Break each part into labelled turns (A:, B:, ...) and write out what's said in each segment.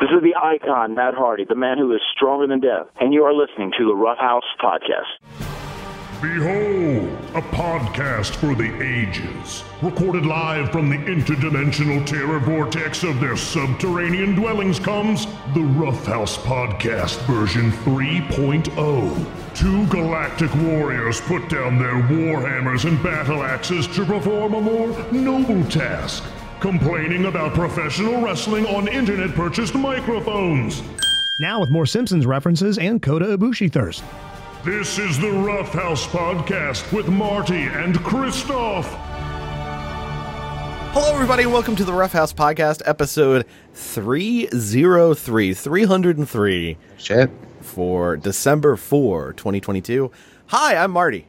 A: to the icon, Matt Hardy, the man who is stronger than death, and you are listening to the Rough House Podcast.
B: Behold, a podcast for the ages, recorded live from the interdimensional terror vortex of their subterranean dwellings comes the Roughhouse Podcast version 3.0. Two galactic warriors put down their warhammers and battle axes to perform a more noble task, complaining about professional wrestling on internet purchased microphones.
C: Now with more Simpsons references and Kota Ibushi thirst.
B: This is the Roughhouse Podcast with Marty and Christoph.
D: Hello, everybody, and welcome to the Roughhouse Podcast, episode 303, 303
E: Shit.
D: for December 4, 2022. Hi, I'm Marty.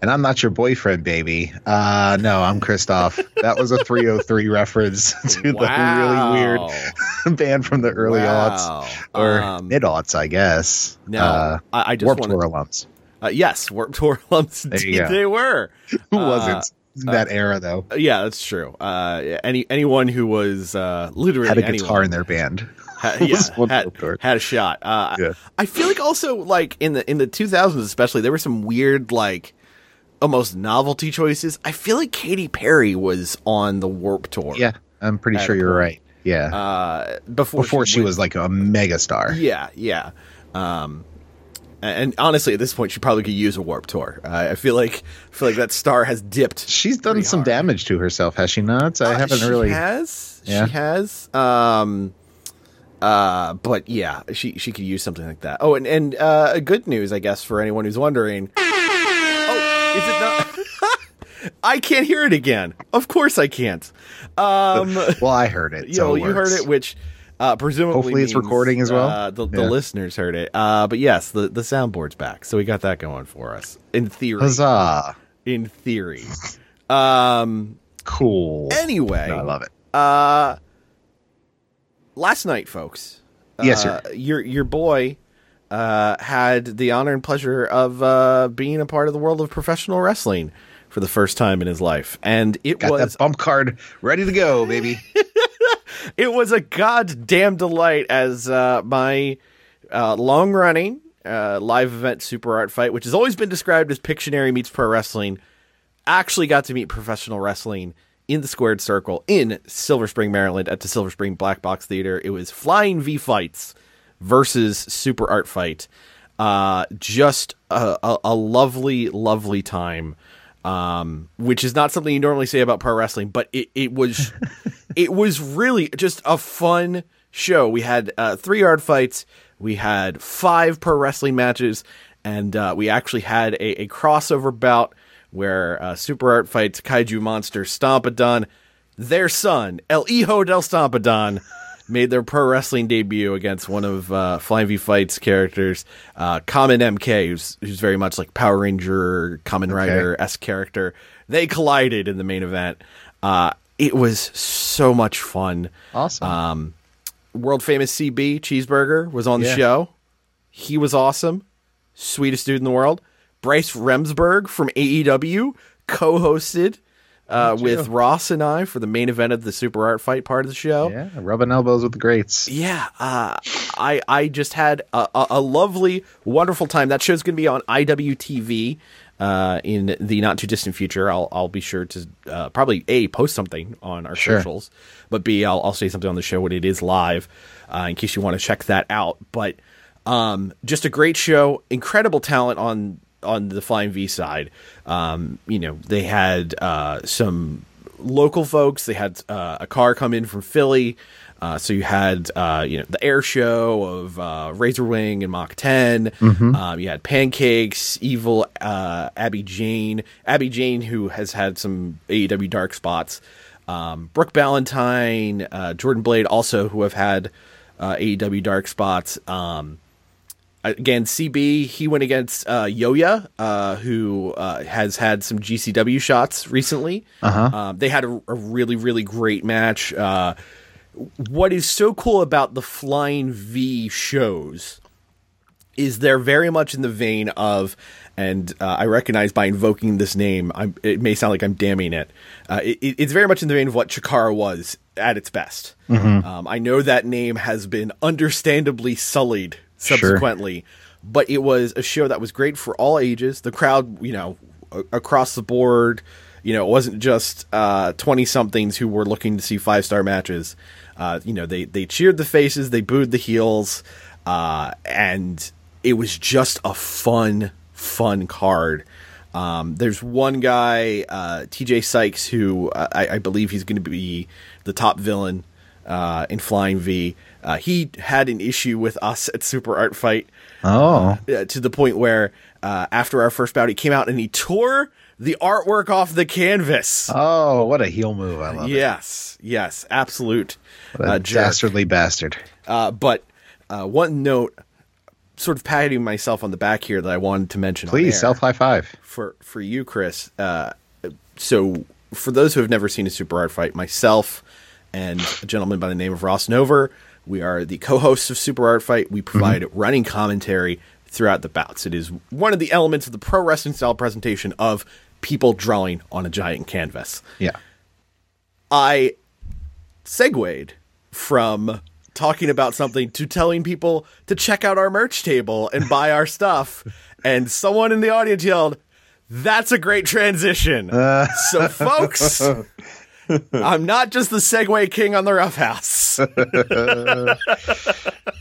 E: And I'm not your boyfriend, baby. Uh no, I'm Christoph. that was a 303 reference to
D: Wow.
E: the really weird band from the early
D: Wow.
E: aughts or
D: Um,
E: mid aughts, I guess.
D: No,
E: uh,
D: I, I just
E: Warped
D: wanted-
E: Tour alums.
D: Uh, yes, Warped Tour alums.
E: There you
D: indeed
E: go.
D: They were.
E: Who
D: Uh,
E: wasn't in that era though?
D: Yeah, that's true. Uh, any anyone who was uh, literally
E: Had a
D: anyone.
E: guitar in their band.
D: Ha-
E: It
D: yeah,
E: was one
D: had,
E: Warped Tour.
D: had a shot. Uh,
E: Yeah.
D: I feel like also like in the in the 2000s especially there were some weird like almost novelty choices. I feel like Katy Perry was on the Warp Tour.
E: Yeah, I'm pretty
D: Had
E: sure
D: a
E: you're
D: point.
E: right. Yeah.
D: Uh, before
E: Before she
D: went-
E: was like a megastar.
D: Yeah, yeah. Um, and honestly, at this point, she probably could use a warp tour. Uh, I feel like I feel like that star has dipped.
E: She's done some damage to herself, has she not? I
D: Uh,
E: haven't
D: she
E: really
D: Has
E: Yeah.
D: she has? Um, uh, but yeah, she she could use something like that. Oh, and and uh, good news, I guess, for anyone who's wondering. Oh, is it not? I can't hear it again. Of course, I can't. Um,
E: Well, I heard it.
D: Yo,
E: so it
D: you heard
E: works.
D: it, which uh, presumably
E: Hopefully it's
D: means,
E: recording as well.
D: Uh, the, the
E: Yeah.
D: listeners heard it, uh, but yes, the the soundboard's back, so we got that going for us in theory.
E: Huzzah.
D: In theory. Um.
E: Cool.
D: Anyway,
E: No, I love it.
D: Uh, last night, folks.
E: Yes,
D: uh,
E: sir.
D: Your your boy uh, had the honor and pleasure of uh, being a part of the world of professional wrestling for the first time in his life, and it
E: Got
D: was
E: that bump card ready to go, baby.
D: it was a goddamn delight as uh, my uh, long running uh, live event super art fight, which has always been described as Pictionary meets pro wrestling, actually got to meet professional wrestling in the squared circle in Silver Spring, Maryland at the Silver Spring Black Box Theater. It was Flying V Fights versus Super Art Fight. Uh, just a, a, a lovely, lovely time. Um, which is not something you normally say about pro wrestling, but it, it was it was really just a fun show. We had uh, three yard fights, we had five pro wrestling matches, and uh, we actually had a, a crossover bout where uh, Super Art fights Kaiju Monster Stompadon. Their son, El Hijo del Stompadon, made their pro wrestling debut against one of uh, Flying V Fight's characters, uh, Common MK, who's, who's very much like Power Ranger, Common Rider S character. They collided in the main event. Uh, it was so much fun.
E: Awesome.
D: Um, world famous CB Cheeseburger was on the
E: Yeah.
D: show. He was awesome. Sweetest dude in the world. Bryce Remsburg from AEW co hosted uh, with Ross and I for the main event of the Super Art Fight part of the show.
E: yeah, rubbing elbows with the greats.
D: Yeah, uh, I I just had a, a, a lovely, wonderful time. That show's going to be on IWTV uh, in the not too distant future. I'll I'll be sure to uh, probably a post something on our
E: Sure.
D: socials, but b I'll I'll say something on the show when it is live, uh, in case you want to check that out. But um, just a great show, incredible talent on on the Flying V side. Um, you know they had uh, some local folks. They had uh, a car come in from Philly. Uh, so you had uh, you know the air show of uh, Razor Wing and Mach 10. Um, you had Pancakes, Evil, uh, Abby Jane, Abby Jane who has had some AEW dark spots. Um, Brooke Ballantyne, uh, Jordan Blade also who have had uh, AEW dark spots. Um, again, CB he went against uh, Yoya, uh, who uh, has had some GCW shots recently. Uh-huh. they had a, a really really great match. Uh, what is so cool about the Flying V shows is there very much in the vein of, and uh, I recognize by invoking this name, I'm, it may sound like I'm damning it. Uh, it. it- It's very much in the vein of what Chikara was at its best. Um, I know that name has been understandably sullied subsequently, but it was a show that was great for all ages. The crowd, you know, a- across the board, you know, it wasn't just twenty somethings who were looking to see five star matches. Uh, you know, they they cheered the faces, they booed the heels, uh, and it was just a fun, fun card. Um, there's one guy, uh, TJ Sykes, who uh, I, I believe he's going to be the top villain uh, in Flying V. Uh, he had an issue with us at Super Art Fight
E: Oh,
D: uh, to the point where uh, after our first bout, he came out and he tore the artwork off the canvas.
E: oh, what a heel move! I love
D: yes, yes, absolute
E: it. What a
D: uh, jerk.
E: dastardly bastard.
D: Uh, but uh, one note, sort of patting myself on the back here that I wanted to mention. on
E: Please
D: air
E: self high five.
D: for for you, Chris. Uh, so for those who have never seen a super art fight, myself and a gentleman by the name of Ross Nover, we are the co-hosts of Super Art Fight. We provide running commentary throughout the bouts. It is one of the elements of the pro wrestling style presentation of people drawing on a giant canvas.
E: Yeah.
D: I segued from talking about something to telling people to check out our merch table and buy our stuff. And someone in the audience yelled, That's a great transition. So, folks, I'm not just the segue king on the rough house. the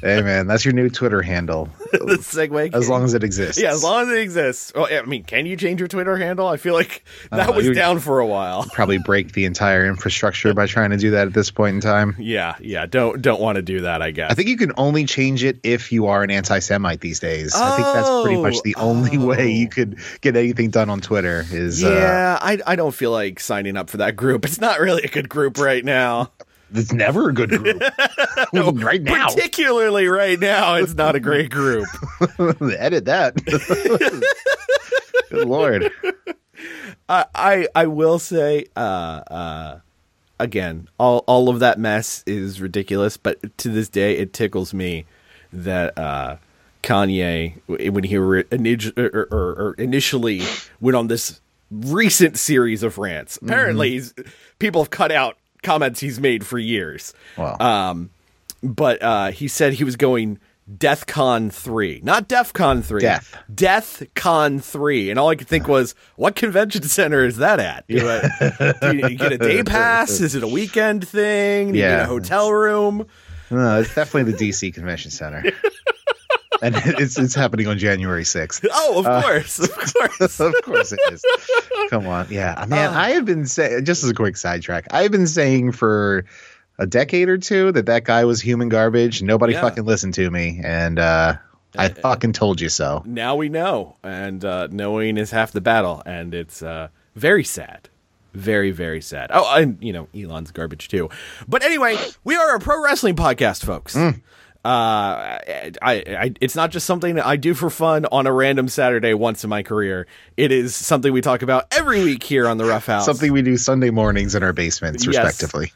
E: Hey man, that's your new Twitter handle.
D: segue king.
E: As long as it exists.
D: yeah, as long as it exists. Well, I mean, can you change your Twitter handle? I feel like that
E: know,
D: was
E: you-
D: down for a while.
E: Probably break the entire infrastructure by trying to do that at this point in time.
D: Yeah, yeah. Don't don't want to do that. I guess.
E: I think you can only change it if you are an anti Semite these days. I think that's pretty much the only way you could get anything done on Twitter is uh,
D: Oh. Yeah, I, I don't feel like signing up for that group. It's not really a good group right now.
E: it's never a good group. right now.
D: Particularly right now, it's not a great group.
E: Edit that. good lord.
D: I, I I will say, uh, uh, again, all all of that mess is ridiculous. But to this day, it tickles me that uh, Kanye, w- when he re- init- er, or, or, or initially went on this recent series of rants, apparently he's, people have cut out comments he's made for years.
E: Wow.
D: Um, but uh, he said he was going Death Con 3, not DEF Con 3.
E: Death.
D: Death Con 3. And all I could think was, what convention center is that at? Do, I, do you get a day pass? Is it a weekend thing? Do you get
E: Yeah.
D: a hotel room?
E: No, it's definitely the DC Convention Center. and it's it's happening on January 6th.
D: Oh, of
E: Uh,
D: course. Of course.
E: of course it is. Come on. Yeah. Uh, Man,
D: Ah.
E: I have been saying, just as a quick sidetrack, I've been saying for a decade or two that that guy was human garbage. Nobody
D: Yeah.
E: fucking listened to me. And uh, I fucking told you so.
D: now we know. And uh, knowing is half the battle. And it's uh, very sad. Very, very sad. Oh, and, you know, Elon's garbage too. But anyway, we are a pro wrestling podcast, folks.
E: Mm.
D: Uh, I, I, it's not just something that I do for fun on a random Saturday once in my career. It is something we talk about every week here on the Rough House.
E: Something we do Sunday mornings in our basements,
D: Yes.
E: respectively.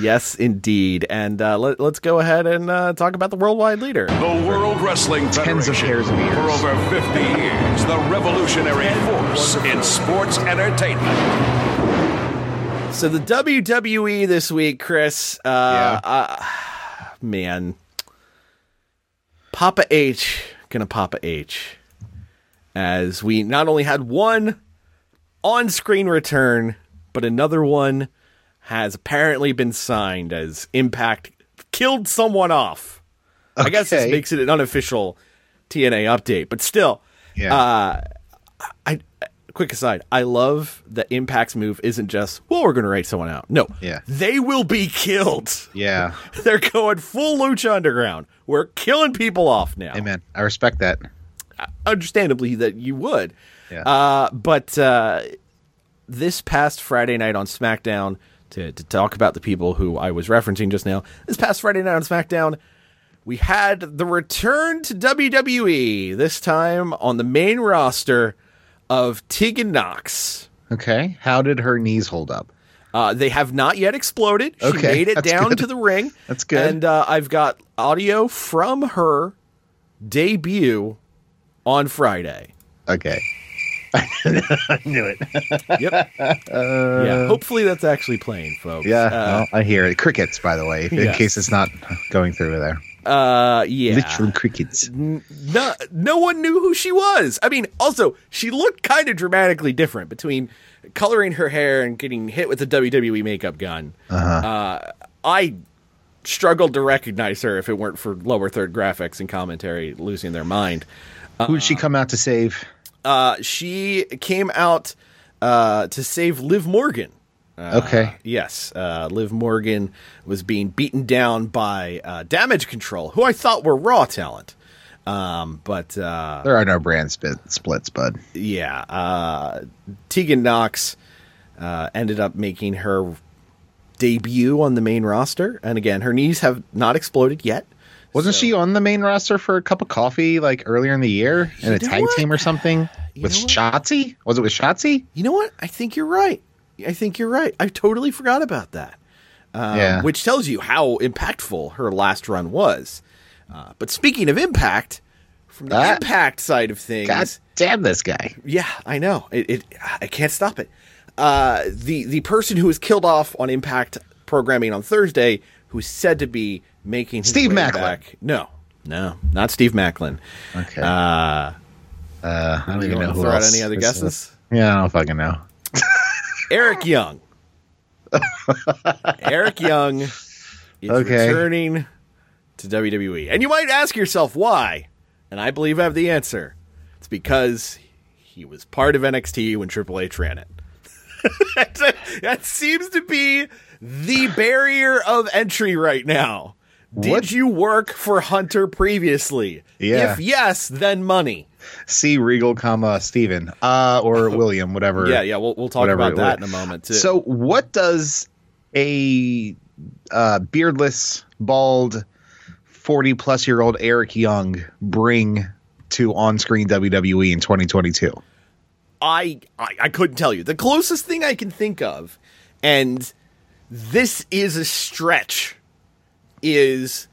D: yes, indeed. And uh, let, let's go ahead and uh, talk about the worldwide leader.
F: The World Wrestling Federation.
E: Tens of pairs of ears.
F: For over 50 years, the revolutionary force in sports entertainment.
D: So the WWE this week, Chris. Uh,
E: Yeah.
D: man. Papa H gonna Papa H. As we not only had one on screen return, but another one has apparently been signed as Impact killed someone off. I guess this
E: Okay.
D: makes it an unofficial TNA update, but still.
E: Yeah.
D: uh, I quick aside, I love that Impact's move isn't just, well, we're gonna write someone out. No.
E: Yeah.
D: They will be killed.
E: yeah.
D: They're going full Lucha Underground. We're killing people off now.
E: Amen. I respect that.
D: Understandably, that you would.
E: Yeah.
D: Uh, but uh, this past Friday night on SmackDown, to, to talk about the people who I was referencing just now, this past Friday night on SmackDown, we had the return to WWE, this time on the main roster of Tegan Knox.
E: Okay. How did her knees hold up?
D: Uh, they have not yet exploded. She
E: Okay,
D: made it
E: that's
D: down
E: good.
D: to the ring.
E: That's good.
D: And uh, I've got audio from her debut on Friday.
E: Okay. I knew it.
D: Yep. yeah. Hopefully that's actually playing, folks.
E: Uh, Yeah,
D: Uh,
E: well, I hear it. Crickets, by the way, if- in
D: Yes.
E: case it's not going through there.
D: uh, yeah. Uh-uh.
E: Literal crickets.
D: no, no one knew who she was. I mean, also, she looked kind of dramatically different between coloring her hair and getting hit with a WWE makeup gun.
E: Uh-huh.
D: Uh, I struggled to recognize her if it weren't for lower third graphics and commentary losing their mind.
E: Who'd she come out to save?
D: Uh, she came out uh, to save Liv Morgan.
E: okay.
D: Yes, uh, Liv Morgan was being beaten down by uh, Damage Control, who I thought were Raw talent. Um, but uh,
E: There are no brand spit, splits, bud.
D: yeah, uh, Tegan Knox uh, ended up making her debut on the main roster, and again, her knees have not exploded yet.
E: Wasn't she on the main roster for a cup of coffee like earlier in the year in a
D: know
E: tag
D: what?
E: team or something with
D: know what?
E: Shotzi? Was it with Shotzi?
D: You know what? I think you're right. I think you're right. I totally forgot about that.
E: yeah.
D: Um, which tells you how impactful her last run was. Uh, but speaking of impact, from the
E: Ah.
D: impact side of things,
E: God damn this guy.
D: yeah, I know it, it. I can't stop it. Uh, the the person who was killed off on Impact programming on Thursday, who's said to be making his
E: Steve
D: way
E: Macklin.
D: back- No, no, not Steve Macklin.
E: Okay.
D: Uh,
E: Uh, I don't
D: you
E: even
D: want to
E: know who
D: throw out
E: else
D: any other
E: this is.
D: guesses?
E: Yeah, I don't fucking know.
D: Eric Young. Eric Young is
E: Okay.
D: returning to WWE. And you might ask yourself why. And I believe I have the answer. It's because he was part of NXT when Triple H ran it. that seems to be the barrier of entry right now. Did
E: What?
D: you work for Hunter previously?
E: Yeah.
D: If yes, then money.
E: C Regal, comma Steven. Uh or William, whatever.
D: Yeah, yeah, we'll, we'll talk
E: Whatever
D: about
E: it
D: that in
E: was.
D: a moment, too.
E: So what does a uh, beardless, bald, forty plus year old Eric Young bring to on screen WWE E in twenty twenty two?
D: I, I I couldn't tell you. The closest thing I can think of, and this is a stretch, is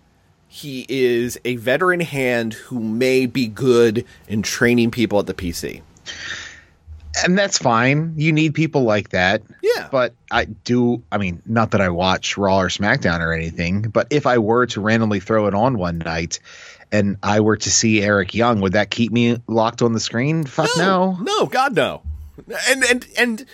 D: he is a veteran hand who may be good in training people at the PC.
E: And that's fine. You need people like that.
D: Yeah.
E: But I do I mean, not that I watch Raw or SmackDown or anything, but if I were to randomly throw it on one night and I were to see Eric Young, would that keep me locked on the screen? Fuck no.
D: no, God no. And and and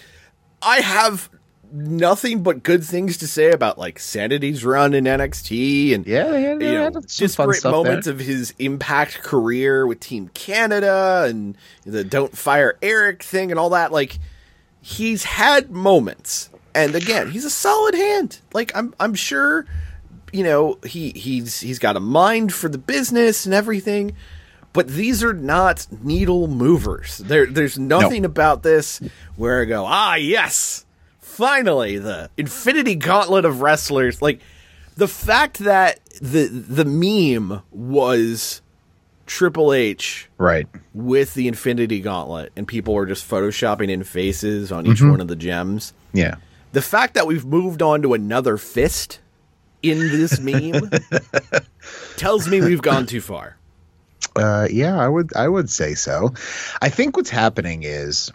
D: I have nothing but good things to say about like Sanity's run in NXT and
E: Yeah, yeah,
D: you
E: yeah.
D: know,
E: that's some fun
D: disparate
E: stuff
D: moments
E: there.
D: of his impact career with Team Canada and the "Don't Fire Eric" thing and all that. Like, he's had moments, and again, he's a solid hand. Like, I'm I'm sure, you know, he he's he's got a mind for the business and everything. But these are not needle movers. There, there's nothing about this where I go, ah, yes, finally the infinity gauntlet of wrestlers like the fact that the the meme was triple h
E: Right.
D: with the infinity gauntlet and people were just photoshopping in faces on each one of the gems
E: Yeah.
D: the fact that we've moved on to another fist in this meme tells me we've gone too far
E: Uh, yeah, I would I would say so. I think what's happening is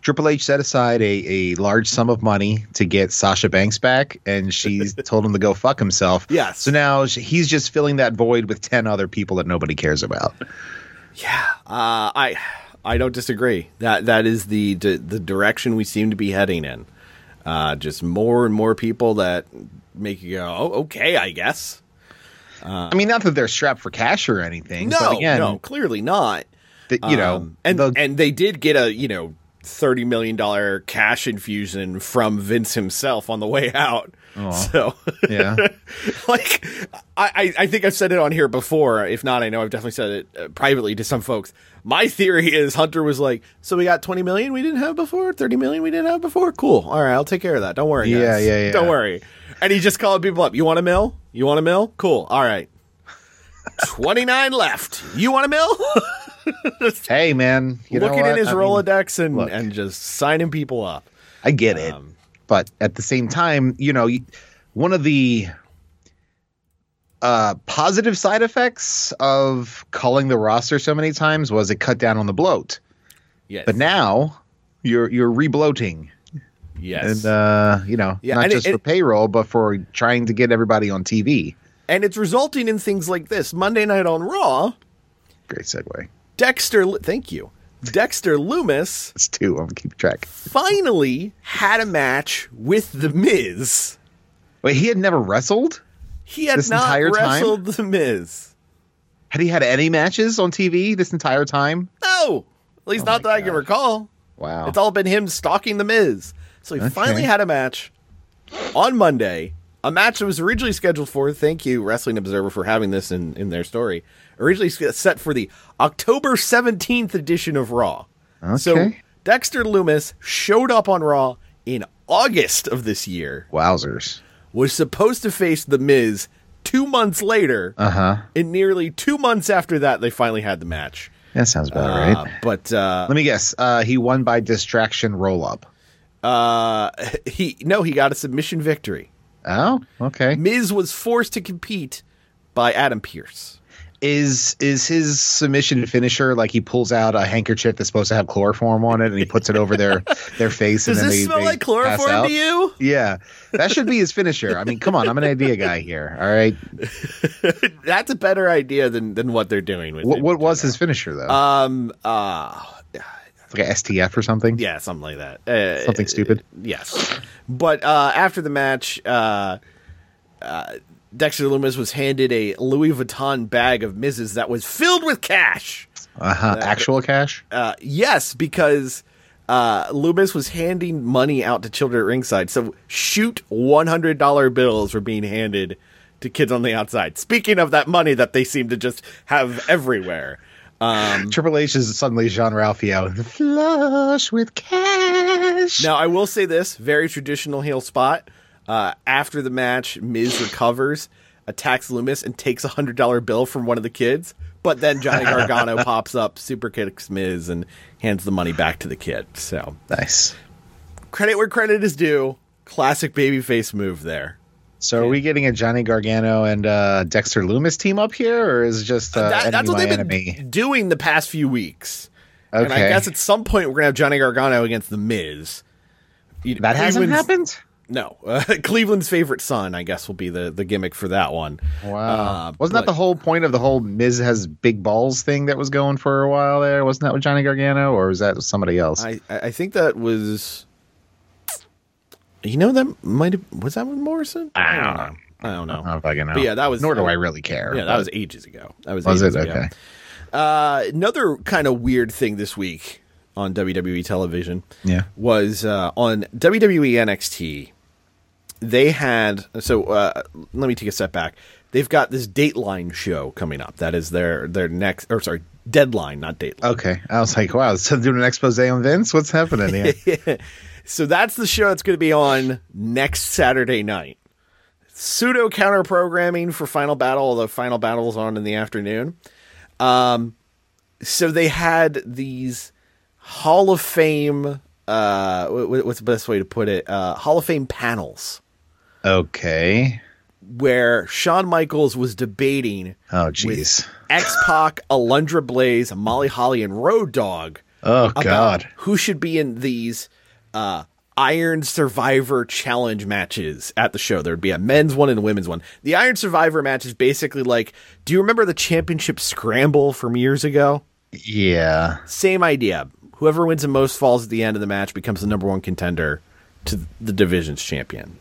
E: Triple H set aside a, a large sum of money to get Sasha Banks back, and she's told him to go fuck himself.
D: Yes.
E: So now sh- he's just filling that void with ten other people that nobody cares about.
D: Uh, I I don't disagree. That that is the di- the direction we seem to be heading in. Uh, just more and more people that make you go, oh, okay, I guess.
E: I mean, not that they're strapped for cash or anything.
D: No,
E: but again,
D: no, clearly not.
E: th- you know,
D: Um, and
E: the-
D: and they did get a you know thirty million dollar cash infusion from Vince himself on the way out. So
E: yeah,
D: like I, I- I think I've said it on here before. If not, I know I've definitely said it uh, privately to some folks. My theory is Hunter was like, "So we got twenty million we didn't have before, thirty million we didn't have before. Cool. All right, I'll take care of that. Don't worry,
E: Yeah,
D: guys.
E: yeah, yeah.
D: Don't worry." And he just called people up. You want a mill? You want a mill? Cool. All right. Twenty nine left. You want a mill?
E: hey man, you know
D: Looking in
E: what?
D: his
E: I mean,
D: Rolodex and and just signing people up.
E: I get it.
D: Um,
E: But at the same time, you know, y- one of the uh, positive side effects of culling the roster so many times was it cut down on the bloat.
D: Yes.
E: But now you're you're rebloating,
D: yes.
E: and uh, you know
D: Yeah,
E: not
D: and it-
E: just for
D: it-
E: payroll, but for trying to get everybody on TV.
D: and it's resulting in things like this. Monday night on Raw,
E: Great segue.
D: Dexter, thank you. Dexter Loomis
E: It's two. I'm gonna keep track.
D: finally had a match with The Miz.
E: Wait, he had never wrestled.
D: He had
E: This
D: not
E: entire time?
D: wrestled The Miz.
E: Had he had any matches on TV this entire time?
D: No, at
E: Oh
D: least not that I can recall.
E: Wow.
D: It's all been him stalking The Miz. So he finally had a match on Monday, a match that was originally scheduled for, thank you, Wrestling Observer, for having this in, in their story, originally s- set for the October 17th edition of Raw. So
E: Okay.
D: Dexter Loomis showed up on Raw in August of this year,
E: Wowzers.
D: was supposed to face The Miz two months later, uh-huh. and nearly two months after that, they finally had the match.
E: That sounds about
D: Uh,
E: right.
D: but uh,
E: Let me guess. Uh, he won by distraction roll up.
D: uh, he no, he got a submission victory.
E: Oh, okay.
D: Miz was forced to compete by Adam Pierce.
E: Is is his submission finisher like he pulls out a handkerchief that's supposed to have chloroform on it and he puts it over their their face?
D: Does
E: and then
D: this
E: they-
D: smell
E: they
D: like
E: pass
D: chloroform
E: out?
D: to you?
E: Yeah, that should be his finisher. I mean, come on, I'm an idea guy here. All right,
D: That's a better idea than, than what they're doing with
E: what
D: it.
E: what was his finisher though?
D: Um. Uh.
E: It's like a STF or something?
D: Yeah. Something like that. Uh,
E: something stupid.
D: Yes. But uh, after the match, uh, uh, Dexter Loomis was handed a Louis Vuitton bag of Miz's that was filled with cash.
E: Uh huh. Actual cash.
D: Uh, yes, because uh, Loomis was handing money out to children at ringside. So shoot $100 bills were being handed to kids on the outside. Speaking of that money that they seem to just have everywhere. Um,
E: Triple H is suddenly Jean Ralphio. Flush with cash.
D: now, I will say this very traditional heel spot. Uh, after the match, Miz recovers, attacks Loomis, and takes a $100 bill from one of the kids. But then Johnny Gargano pops up, super kicks Miz, and hands the money back to the kid. So
E: Nice.
D: credit where credit is due. Classic babyface move there.
E: So are we getting a Johnny Gargano and uh, Dexter Loomis team up here, or is it just uh,
D: That-
E: enemy
D: that's what
E: my
D: they've been
E: enemy?
D: doing the past few weeks. And I
E: Okay.
D: guess at some point we're gonna have Johnny Gargano against the Miz. You-
E: That hasn't
D: Cleveland's-
E: happened.
D: No, uh, Cleveland's favorite son, I guess, will be the, the gimmick for that one.
E: Wow,
D: Uh,
E: wasn't that
D: but-
E: the whole point of the whole Miz has big balls thing that was going for a while there? Wasn't that with Johnny Gargano, or was that somebody else?
D: I, I I think that was. You know that might have was that with Morrison. I don't know. I don't know.
E: I don't fucking know.
D: But yeah, that was.
E: Nor do I really care.
D: Yeah, that was ages ago. That was.
E: Was
D: ages
E: it?
D: ago.
E: Okay.
D: Uh, another kind of weird thing this week on WWE television
E: Yeah.
D: was uh, on E WWE NXT. They had so uh, let me take a step back. They've got this Dateline show coming up. That is their their next or sorry, Deadline, not Dateline.
E: Okay. I was like, wow, so doing an expose on Vince? What's happening here?
D: So that's the show that's going to be on next Saturday night. Pseudo counter programming for Final Battle, although Final Battle's on in the afternoon. Um, so they had these Hall of Fame, uh, wh- wh- what's the best way to put it? Uh, Hall of Fame panels
E: okay.
D: where Shawn Michaels was debating
E: Oh, jeez.
D: X Pac, Alundra Blaze, Molly Holly, and Road Dog.
E: Oh,
D: about
E: God.
D: who should be in these uh, Iron Survivor Challenge matches at the show. There'd be a men's one and a women's one. The Iron Survivor match is basically like, do you remember the championship scramble from years ago?
E: Yeah.
D: Same idea. Whoever wins the most falls at the end of the match becomes the number one contender to the division's champion.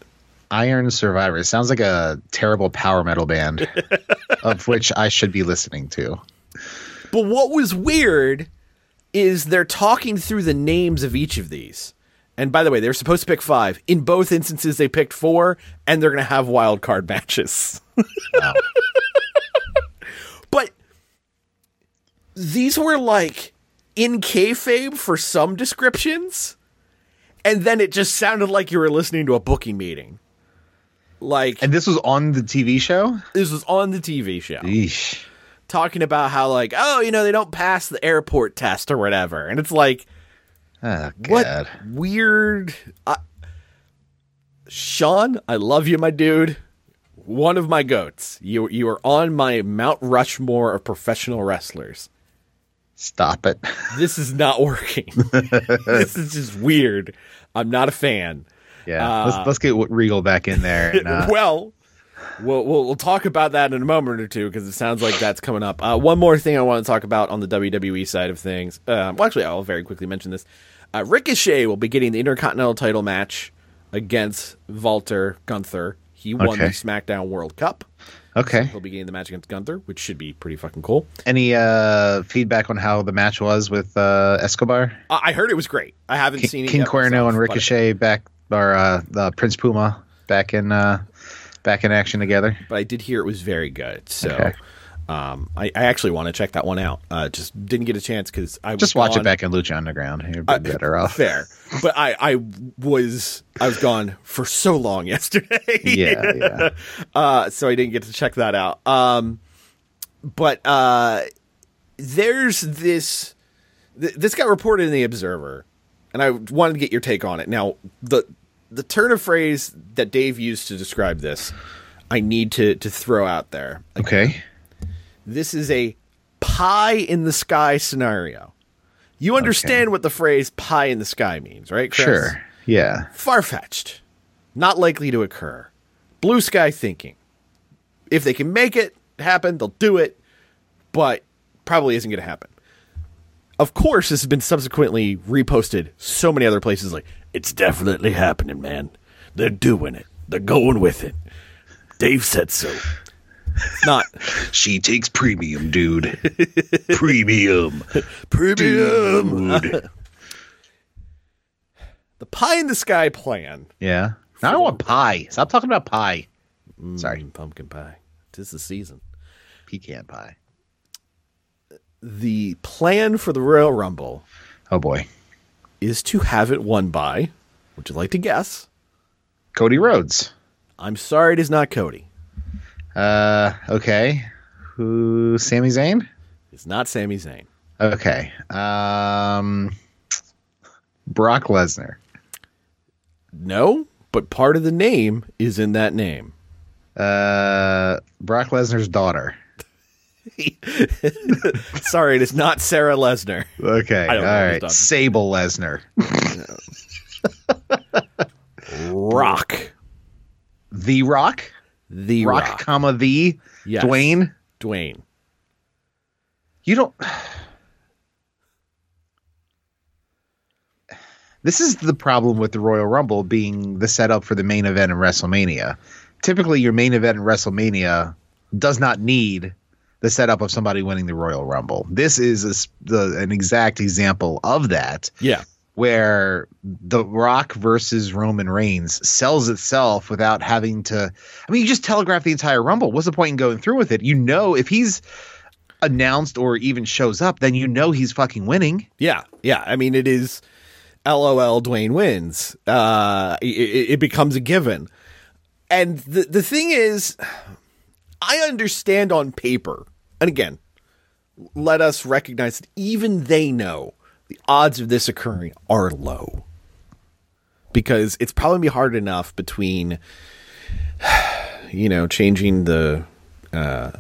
E: Iron Survivor. It sounds like a terrible power metal band, of which I should be listening to.
D: But what was weird is they're talking through the names of each of these. And by the way, they were supposed to pick five. In both instances, they picked four, and they're going to have wild card matches. but these were like in kayfabe for some descriptions, and then it just sounded like you were listening to a booking meeting. Like
E: And this was on the TV show?
D: this was on the TV show
E: Eesh.
D: talking about how like oh you know they don't pass the airport test or whatever and it's like
E: Oh,
D: what uh,
E: God.
D: weird I... sean i love you my dude one of my goats. You you are on my Mount Rushmore of professional wrestlers.
E: Stop it.
D: This is not working. this is just weird. I'm not a fan.
E: Yeah.
D: Uh.
E: let's let's get Regal back in there. And, uh,
D: well, we'll, we'll we'll talk about that in a moment or two because it sounds like that's coming up. Uh, one more thing I want to talk about on the WWE side of things. Uh, well, actually, I'll very quickly mention this. Uh, Ricochet will be getting the Intercontinental title match against Walter Gunther. He won the
E: Okay.
D: SmackDown World Cup.
E: okay.
D: He'll be getting the match against Gunther, which should be pretty fucking cool.
E: Any uh, feedback on how the match was with uh, Escobar,
D: I I heard it was great. I haven't
E: King,
D: seen it
E: King
D: yet
E: Cuerno,
D: myself,
E: and
D: but-
E: Ricochet back, or uh, the Prince Puma back in uh, back in action together?
D: but I did hear it was very good. So
E: Okay.
D: um, I, I actually want to check that one out. Uh, just didn't get a chance because I was
E: Just watch
D: gone. Uh,
E: it back in Lucha Underground. You're better off.
D: Fair, but I I was I was gone for so long yesterday.
E: Yeah, yeah.
D: uh, so I didn't get to check that out. Um, but uh, there's this th- this got reported in the Observer, and I wanted to get your take on it. Now the the turn of phrase that Dave used to describe this, I need to to throw out there.
E: Okay.
D: This is a pie in the sky scenario. You understand what the phrase pie in the sky means, right? Chris?
E: Sure. Yeah.
D: Far fetched. Not likely to occur. Blue sky thinking. If they can make it happen, they'll do it, but probably isn't going to happen. Of course, this has been subsequently reposted so many other places like, it's definitely happening, man. They're doing it, they're going with it. Dave said so. It's not.
E: She takes premium, dude. premium. Dude.
D: The pie in the sky plan.
E: Yeah. Now I want pie. Stop talking about pie. Sorry,
D: Pumpkin pie. Tis the season.
E: pecan pie.
D: The plan for the Royal Rumble
E: Oh boy.
D: is to have it won by, would you like to guess?
E: Cody Rhodes.
D: I'm sorry it is not Cody.
E: Uh, okay. Who? Sami Zayn.
D: It's not Sami Zayn.
E: Okay. Um, Brock Lesnar.
D: No, but part of the name is in that name.
E: Uh, Brock Lesnar's daughter.
D: sorry, it is not Sarah Lesnar.
E: Okay.
D: don't
E: All
D: know his
E: right.
D: daughter.
E: Sable Lesnar.
D: Rock.
E: The Rock.
D: The
E: Rock,
D: Rock.
E: comma the.
D: Yes.
E: Dwayne.
D: Dwayne.
E: You don't. This is the problem with the Royal Rumble being the setup for the main event in WrestleMania. Typically, your main event in WrestleMania does not need the setup of somebody winning the Royal Rumble. This is a s the, an exact example of that,
D: Yeah.
E: where The Rock versus Roman Reigns sells itself without having to. I mean, you just telegraph the entire Rumble. What's the point in going through with it? You know, if he's announced or even shows up, then you know he's fucking winning.
D: Yeah, yeah. I mean, it is. LOL, Dwayne wins. Uh, it, it becomes a given. And the the thing is, I understand on paper, and again, let us recognize that even they know the odds of this occurring are low because it's probably be hard enough between you know changing the uh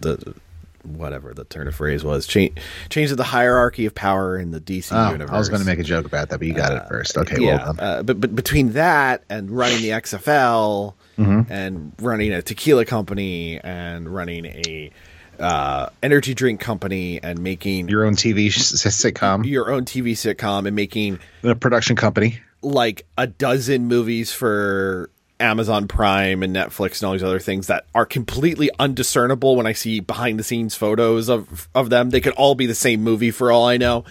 D: the whatever the turn of phrase was change change of the hierarchy of power in the DC universe
E: Oh,
D: Uh,
E: I was going to make a joke about that, but you got it first. Okay,
D: yeah,
E: well um, done.
D: uh, but but between that and running the XFL
E: Mm-hmm.
D: and running a tequila company and running a uh, energy drink company and making your,
E: Your own TV s- sitcom,
D: own TV sitcom and making
E: a production company.
D: like a dozen movies for Amazon Prime and Netflix and all these other things that are completely undiscernible when I see behind the scenes photos of of them. They could all be the same movie for all I know.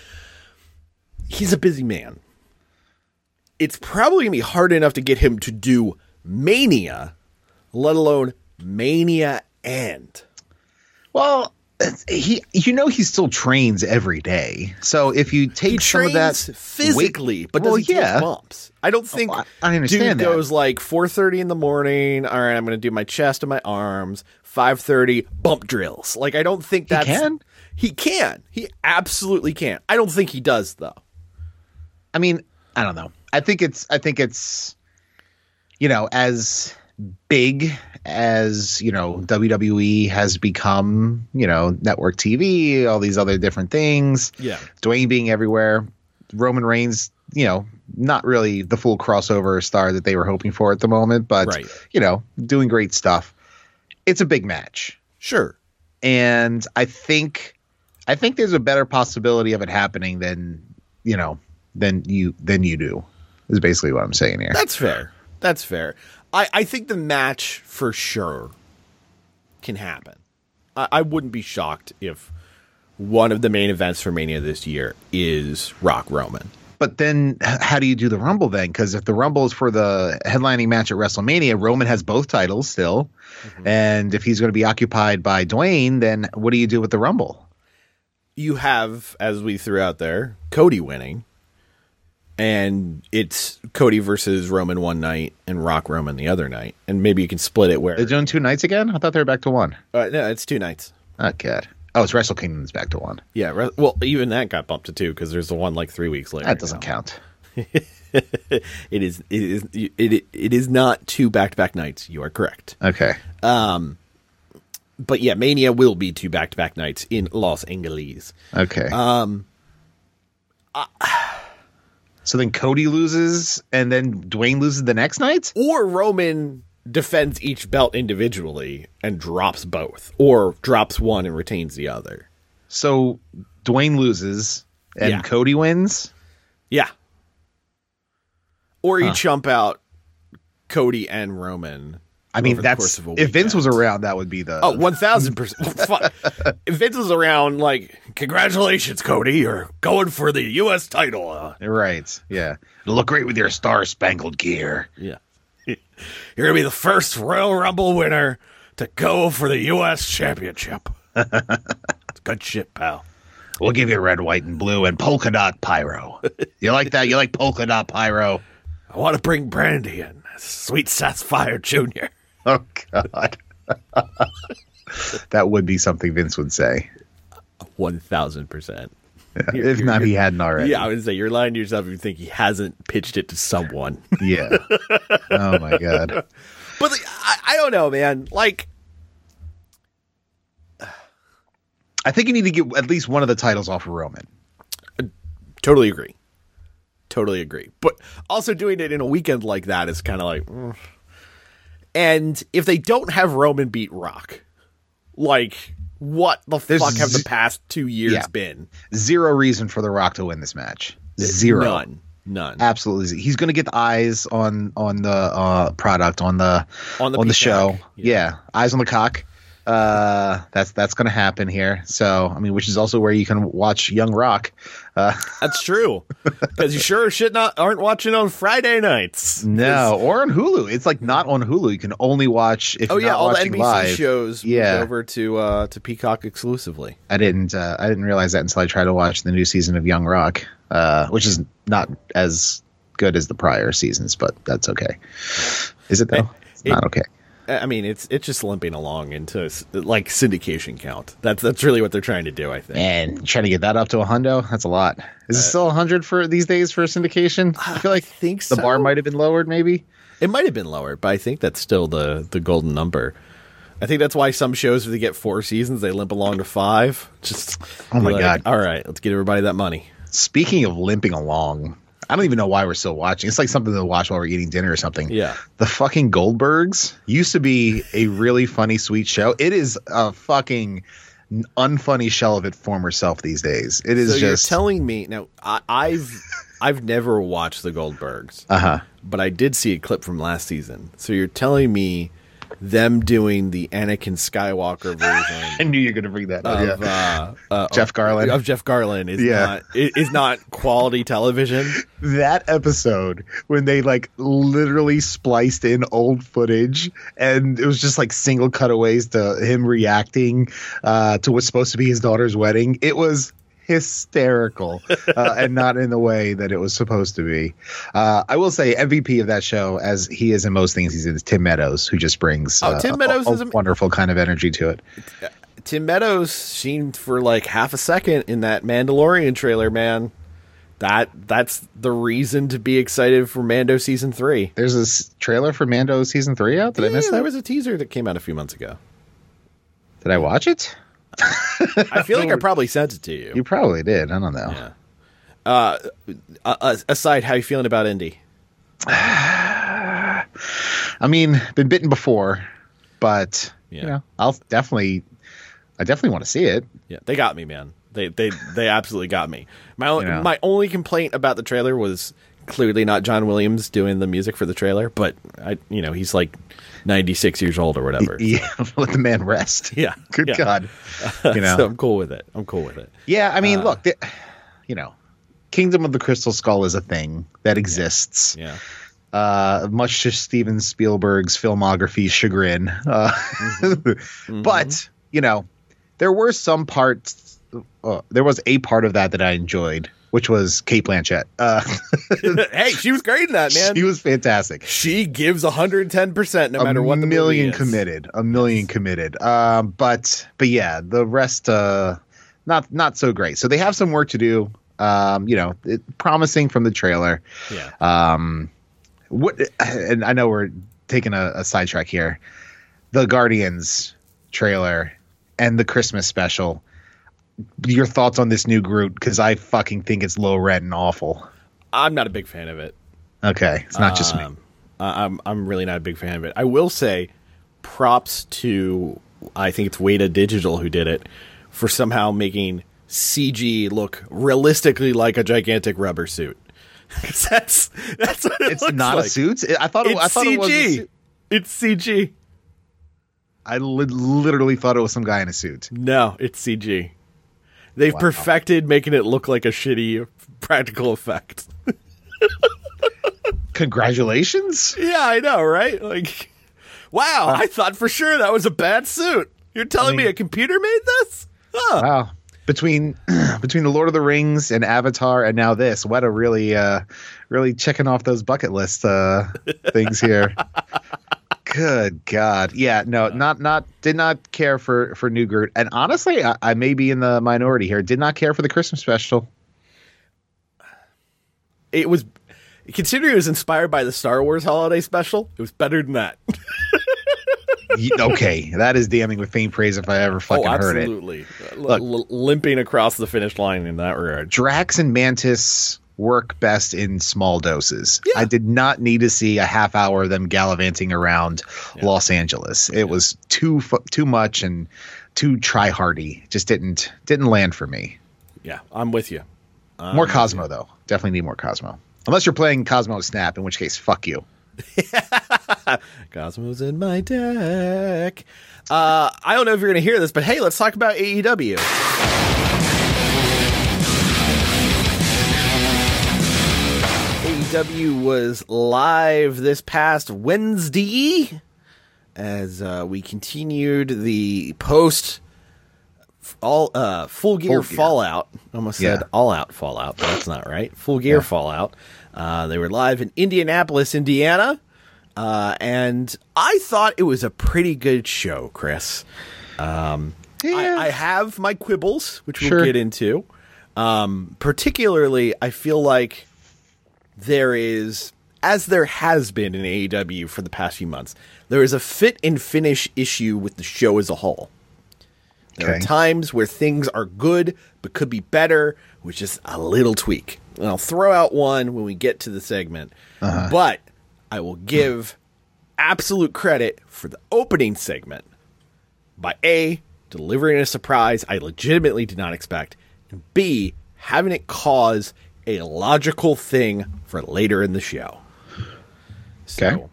D: He's a busy man. It's probably gonna be hard enough to get him to do Mania, let alone Mania End.
E: Well, it's- he, you know, he still trains every day. So if you take
D: He
E: some of
D: trains
E: that
D: physically,
E: weight-
D: but doesn't
E: well,
D: take
E: yeah, Oh,
D: bumps. I don't think
E: I- I understand
D: dude
E: that.
D: goes like four thirty in the morning. All right, I'm going to do my chest and my arms. Five thirty bump drills. Like I don't think that's
E: can?
D: He can. He absolutely can. I don't think he does though.
E: I mean, I don't know. I think it's I think it's you know, as big as you know WWE has become, you know, network TV, all these other different things.
D: Yeah.
E: Dwayne being everywhere, Roman Reigns, you know, not really the full crossover star that they were hoping for at the moment, but
D: Right.
E: you know, doing great stuff. It's a big match
D: Sure.
E: and I think I think there's a better possibility of it happening than you know than you than you do is basically what I'm saying here.
D: That's fair. That's fair. I, I think the match for sure can happen. I, I wouldn't be shocked if one of the main events for Mania this year is Rock Roman.
E: But then h- how do you do the Rumble then? Because if the Rumble is for the headlining match at WrestleMania, Roman has both titles still, and if he's going to be occupied by Dwayne, then what do you do with the Rumble?
D: You have, as we threw out there, Cody winning. And it's Cody versus Roman one night and Rock Roman the other night. And maybe you can split it where.
E: They're doing two nights again. I thought they were back to one.
D: Uh, no, it's two nights.
E: Okay. Oh, it's Wrestle Kingdom's back to one.
D: Yeah. re- Well, even that got bumped to two because there's the one like three weeks later.
E: That doesn't
D: now.
E: count.
D: it is it is it, it is not two back-to-back nights you are correct
E: Okay.
D: but yeah mania will be two back-to-back nights in los angeles
E: Okay. Um. so then Cody loses, and then Dwayne loses the next night.
D: or roman defends each belt individually and drops both or drops one and retains the other
E: So Dwayne loses, and
D: Yeah.
E: Cody wins.
D: yeah or you chump out cody and roman
E: I mean,
D: over the course
E: that's
D: of a
E: if Vince was
D: weekend.
E: around, that would be the.
D: Oh, 1000%. Fuck. If Vince was around, like, congratulations, Cody. You're going for the U.S. title. Uh,
E: right. Yeah, it'll look great with your star spangled gear.
D: Yeah. You're going to be the first Royal Rumble winner to go for the U.S. Championship. It's good shit, pal.
E: We'll give you red, white, and blue, and polka dot pyro. you like that? You like polka dot pyro?
D: I want to bring Brandy in. Sweet Sapphire Jr.
E: Oh God, that would be something Vince would say.
D: 1000%.
E: if not, he hadn't already.
D: Yeah, I would say you're lying to yourself if you think he hasn't pitched it to someone.
E: Yeah. oh my god.
D: But like, I, I don't know, man. Like,
E: I think you need to get at least one of the titles off of Roman.
D: Totally agree. Totally agree. But also doing it in a weekend like that is kind of like. mm. And if they don't have Roman beat Rock, like what the
E: There's
D: fuck have the
E: z-
D: past two years
E: Yeah.
D: been?
E: Zero reason for The Rock to win this match. Zero.
D: None. None.
E: Absolutely. ze- He's going to get the eyes on on the uh, product on the
D: On the
E: show.
D: peacock.
E: Yeah. eyes on the cock. Uh, that's that's going to happen here. So I mean, which is also where you can watch Young Rock. Uh,
D: That's true. Because you sure as shit not aren't watching on Friday nights.
E: no, or on Hulu. It's like not on Hulu. You can only watch if
D: Oh
E: you're
D: yeah,
E: not
D: all the
E: watching
D: NBC
E: live.
D: shows moved
E: Yeah.
D: over to uh, to Peacock exclusively.
E: I didn't uh, I didn't realize that until I tried to watch the new season of Young Rock, uh, which is not as good as the prior seasons, but that's okay. Is it though? It's not okay.
D: I I mean, it's it's just limping along into s- like syndication count. That's that's really what they're trying to do. I think.
E: And trying to get that up to a hundo, that's a lot. Is it still a hundred for these days for syndication? Uh, I feel like
D: think
E: the bar
D: so.
E: might have been lowered, maybe.
D: It might have been lower, but I think that's still the the golden number. I think that's why some shows, if they get four seasons, they limp along to five. Just
E: Oh my
D: like,
E: God.
D: All right, let's get everybody that money.
E: Speaking of limping along, I don't even know why we're still watching. It's like something to watch while we're eating dinner or something.
D: Yeah.
E: The fucking Goldbergs used to be a really funny, sweet show. It is a fucking unfunny shell of its former self these days. It is
D: so
E: just
D: you're telling me now? I, I've I've never watched the Goldbergs,
E: uh-huh.
D: but I did see a clip from last season. So you're telling me them doing the Anakin Skywalker version
E: I knew you were going to bring that up.
D: of
E: Oh, yeah.
D: uh, uh,
E: Jeff Garland.
D: of Jeff Garland is
E: Yeah.
D: not i- is not quality television.
E: that episode when they like literally spliced in old footage and it was just like single cutaways to him reacting uh, to what's supposed to be his daughter's wedding it was hysterical uh, and not in the way that it was supposed to be uh, i will say mvp of that show as he is in most things he's in is tim meadows who just brings
D: Oh,
E: uh,
D: Tim
E: a-
D: Meadows
E: a,
D: is am-
E: wonderful kind of energy to it
D: Tim Meadows seemed for like half a second in that Mandalorian trailer, man. that that's the reason to be excited for Mando season three.
E: There's this trailer for Mando season three out. Did I miss
D: Yeah,
E: that?
D: there was a teaser that came out a few months ago.
E: Did I watch it?
D: I feel like I probably sent it to you.
E: You probably did. I don't know.
D: Uh, uh, aside, how you feeling about Indy?
E: I mean, been bitten before, but
D: Yeah.
E: you know, I'll definitely, I definitely want to see it.
D: Yeah, they got me, man. They they they absolutely got me. My only,
E: Yeah.
D: my only complaint about the trailer was clearly not John Williams doing the music for the trailer, but I you know he's like ninety six years old or whatever.
E: Yeah, let the man rest.
D: Yeah,
E: Good
D: yeah.
E: God. You know.
D: so uh, I'm cool with it. I'm cool with it.
E: yeah, I mean, look, the, you know, Kingdom of the Crystal Skull is a thing that exists.
D: Yeah,
E: uh, much to Steven Spielberg's filmography's chagrin. Uh,
D: Mm-hmm.
E: But you know, there were some parts. Uh, there was a part of that that I enjoyed, which was Kate Blanchett. Uh,
D: hey, she was great in that man.
E: she was fantastic.
D: She gives 110 percent no matter
E: a
D: what the movie
E: million
D: is.
E: committed, a million committed. Um, but but yeah, the rest uh, not not so great. So they have some work to do. Um, you know, it, promising from the trailer.
D: Yeah,
E: Um, what? And I know we're taking a, a sidetrack here. The Guardians trailer and the Christmas special. Your thoughts on this new Groot? Because I fucking think it's low rent and awful.
D: I'm not a big fan of it.
E: Okay, it's not just me.
D: Um, I- I'm I'm really not a big fan of it. I will say, props to I think it's Weta Digital who did it for somehow making CG look realistically like a gigantic rubber suit. 'Cause that's that's what it
E: It's
D: looks
E: not
D: like.
E: a suit. I thought it,
D: It's
E: I thought
D: CG.
E: it was. A suit.
D: It's CG.
E: I li- literally thought it was some guy in a suit.
D: No, it's CG. They've perfected making it look like a shitty practical effect.
E: Congratulations.
D: Yeah, I know, right? Like, wow,
E: Uh,
D: I thought for sure that was a bad suit. You're telling me a computer made this? Huh.
E: Wow. Between between the Lord of the Rings and Avatar and now this, Weta really uh really checking off those bucket list uh things here. Good God. Yeah, no, not not did not care for for New Groot. And honestly, I, I may be in the minority here. Did not care for the Christmas special.
D: It was, considering it was inspired by the Star Wars holiday special, it was better than that.
E: Y- okay, that is damning with faint praise if I ever fucking heard
D: Oh,
E: it.
D: absolutely. L- l- limping across the finish line in that regard.
E: Drax and Mantis work best in small doses. I did not need to see a half hour of them gallivanting around Los Angeles. It was too fu- too much and too try hardy. Just didn't didn't land for me.
D: Yeah, I'm with you.
E: more Cosmo though. Definitely need more Cosmo. Unless you're playing Cosmo Snap, in which case, fuck you.
D: Cosmos in my deck. Uh, I don't know if you're going to hear this, but hey, let's talk about E AEW. AEW E was live this past Wednesday as uh, we continued the post all uh, full gear
E: Full Gear.
D: fallout. Almost said
E: Yeah.
D: all out fallout, but that's not right. Full gear fallout. Uh, they were live in Indianapolis, Indiana. Uh, and I thought it was a pretty good show, Chris. Um,
E: Yeah.
D: I, I have my quibbles, which
E: Sure.
D: we'll get into. Um, particularly, I feel like there is, as there has been in AEW for the past few months, there is a fit and finish issue with the show as a whole. There are
E: Okay.
D: times where things are good but could be better with just a little tweak. And I'll throw out one when we get to the segment, but I will give absolute credit for the opening segment by A, delivering a surprise I legitimately did not expect, and B, having it cause a logical thing for later in the show. So,
E: Okay.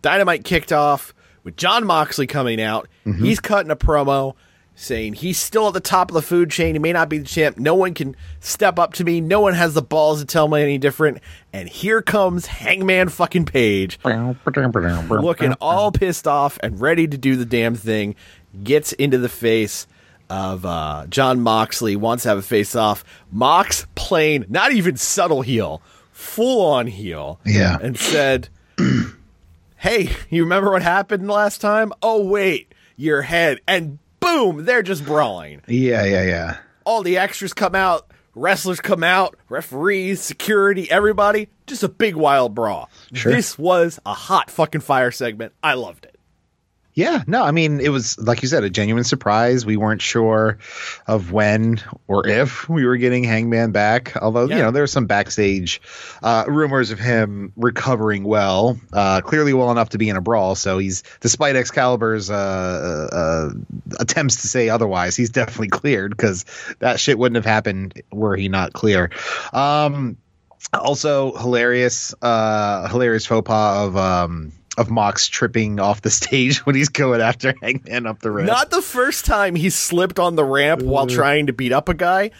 D: Dynamite kicked off with John Moxley coming out. He's cutting a promo saying he's still at the top of the food chain. He may not be the champ. No one can step up to me. No one has the balls to tell me any different. And here comes Hangman fucking Page looking all pissed off and ready to do the damn thing, gets into the face of uh, John Moxley, wants to have a face off. Mox playing not even subtle heel, full on heel.
E: Yeah.
D: And said, Hey, you remember what happened last time? Oh, wait, your head. And boom, they're just brawling
E: yeah, yeah, yeah.
D: all the extras come out. Wrestlers come out, referees, security, everybody. Just a big wild brawl.
E: Sure.
D: This was a hot fucking fire segment. I loved it.
E: Yeah, no, I mean, it was like you said, a genuine surprise. We weren't sure of when or if we were getting Hangman back. Although,
D: Yeah.
E: you know, there were some backstage uh, rumors of him recovering well, uh, clearly well enough to be in a brawl. So he's, despite Excalibur's uh, uh, attempts to say otherwise, he's definitely cleared because that shit wouldn't have happened were he not clear. Um, also hilarious uh hilarious faux pas of um of Mox tripping off the stage when he's going after Hangman up the ramp.
D: Not the first time he slipped on the ramp while trying to beat up a guy.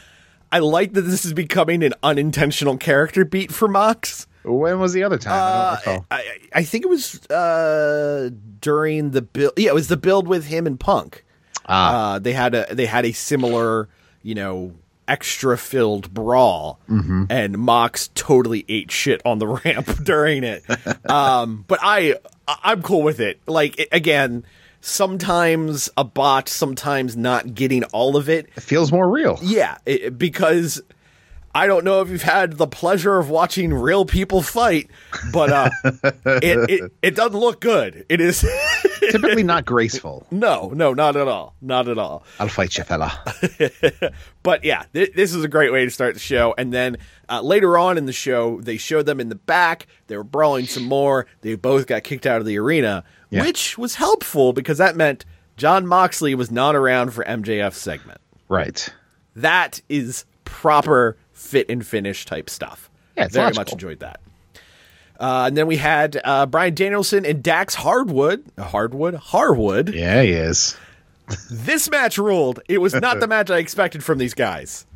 D: I like that this is becoming an unintentional character beat for Mox.
E: when was the other time? I don't recall.
D: I, I- I think it was uh, during the build. Yeah, it was the build with him and Punk. Uh, they had a they had a similar you know extra filled brawl, and Mox totally ate shit on the ramp during it. um, but I I- I'm cool with it. Like it- again. Sometimes a bot, sometimes not getting all of it.
E: It feels more real.
D: Yeah, it, because I don't know if you've had the pleasure of watching real people fight, but uh, it, it it doesn't look good. It is
E: Typically not graceful.
D: no, no, not at all, not at all.
E: I'll fight you, fella.
D: But yeah, th- this is a great way to start the show. And then uh, later on in the show, they showed them in the back. They were brawling some more. They both got kicked out of the arena,
E: Yeah.
D: which was helpful because that meant John Moxley was not around for MJF's segment.
E: Right.
D: That is proper fit and finish type stuff.
E: Yeah, it's
D: very
E: logical.
D: much enjoyed that. Uh, and then we had uh, Brian Danielson and Dax Hardwood. Hardwood? Harwood.
E: Yeah, he is.
D: This match ruled. It was not the match I expected from these guys.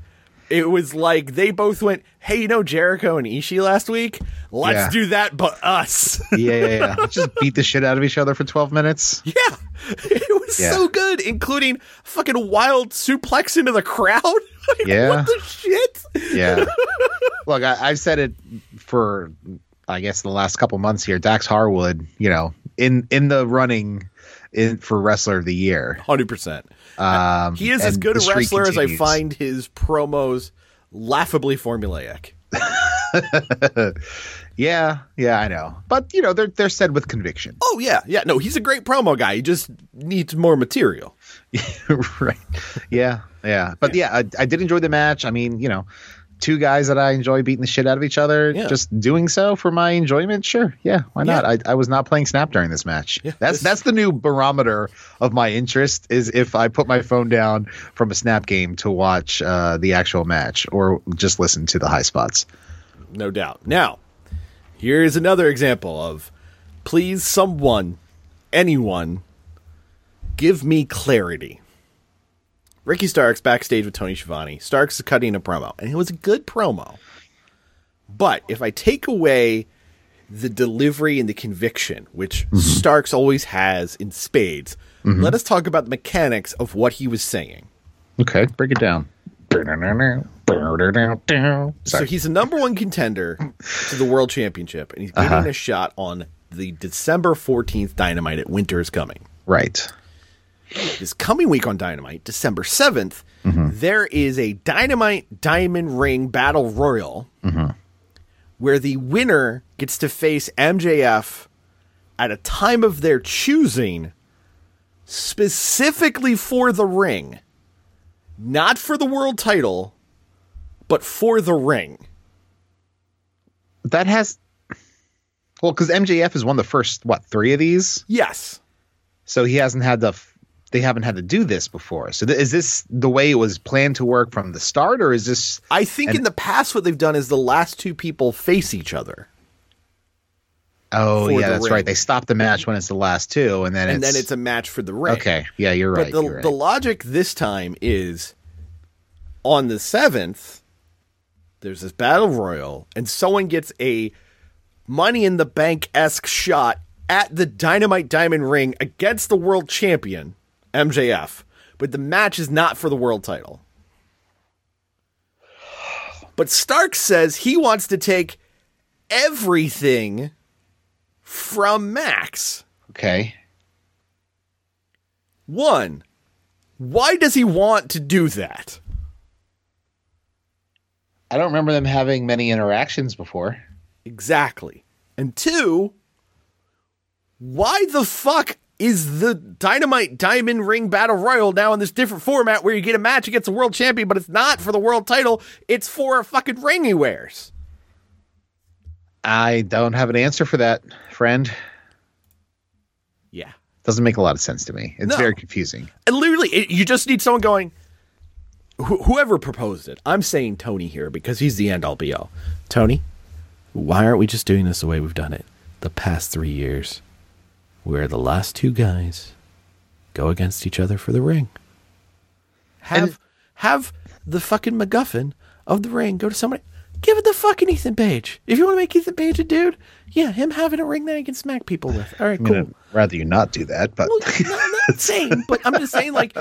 D: It was like they both went, hey, you know Jericho and Ishii last week? Let's
E: Yeah.
D: do that, but us.
E: Yeah, yeah, yeah. Let's Just beat the shit out of each other for twelve minutes.
D: yeah. It was
E: Yeah.
D: so good, including fucking wild suplex into the crowd. Like,
E: Yeah.
D: What the shit?
E: Yeah. Look, I, I've said it for I guess the last couple months here. Dax Harwood, you know, in in the running in for wrestler of the year.
D: Hundred percent.
E: Um,
D: He is as
E: and
D: good
E: the
D: a
E: streak
D: wrestler as I
E: continues.
D: find his promos laughably formulaic.
E: Yeah, yeah, I know. But you know, they're they're said with conviction.
D: Oh yeah, yeah. No, he's a great promo guy. He just needs more material.
E: right. Yeah, yeah. But Oh. yeah, I, I did enjoy the match. I mean, you know, two guys that I enjoy beating the shit out of each other,
D: Yeah.
E: just doing so for my enjoyment. Sure. Yeah, why not? I, I was not playing snap during this match. that's
D: this-
E: that's the new barometer of my interest is if I put my phone down from a snap game to watch uh, the actual match or just listen to the high spots.
D: No doubt. Now, here's another example of please someone, anyone, give me clarity. Ricky Starks backstage with Tony Schiavone. Starks is cutting a promo, and it was a good promo. But if I take away the delivery and the conviction, which Starks always has in spades, let us talk about the mechanics of what he was saying.
E: Okay, break it down. Sorry.
D: So he's a number one contender to the world championship, and he's getting a shot on the December 14th Dynamite at Winter is Coming.
E: Right.
D: This coming week on Dynamite, December 7th, there is a Dynamite Diamond Ring Battle Royal where the winner gets to face MJF at a time of their choosing, specifically for the ring, not for the world title, but for the ring.
E: that has well because MJF has won the first what three of these,
D: Yes.
E: so he hasn't had the f- they haven't had to do this before. So th- is this the way it was planned to work from the start, or is this
D: I think in the past what they've done is the last two people face each other,
E: oh
D: for
E: yeah
D: the
E: that's
D: ring.
E: right they stop the match when it's the last two and then
D: and
E: it's,
D: then it's a match for the ring.
E: okay yeah you're
D: but
E: right,
D: the
E: you're right.
D: the logic this time is on the seventh. There's this battle royal, and someone gets a money in the bank esque shot at the Dynamite Diamond Ring against the world champion MJF, but the match is not for the world title. But Stark says he wants to take everything from Max.
E: okay
D: One, why does he want to do that?
E: I don't remember them having many interactions before.
D: Exactly. And two, why the fuck is the Dynamite Diamond Ring Battle Royal now in this different format where you get a match against the world champion, but it's not for the world title, it's for a fucking ring he wears.
E: I don't have an answer for that, friend.
D: Yeah.
E: Doesn't make a lot of sense to me. It's
D: No.
E: very confusing.
D: And literally, it, you just need someone going, wh- whoever proposed it. I'm saying Tony here because he's the end all be all. Tony, why aren't we just doing this the way we've done it the past three years? Where the last two guys go against each other for the ring. Have have the fucking MacGuffin of the ring go to somebody. Give it the fucking Ethan Page. If you want to make Ethan Page a dude, yeah, him having a ring that he can smack people with. All right,
E: I
D: cool.
E: mean, uh, I'd rather you not do that, but
D: Well, no, I'm not saying, but I'm just saying, like,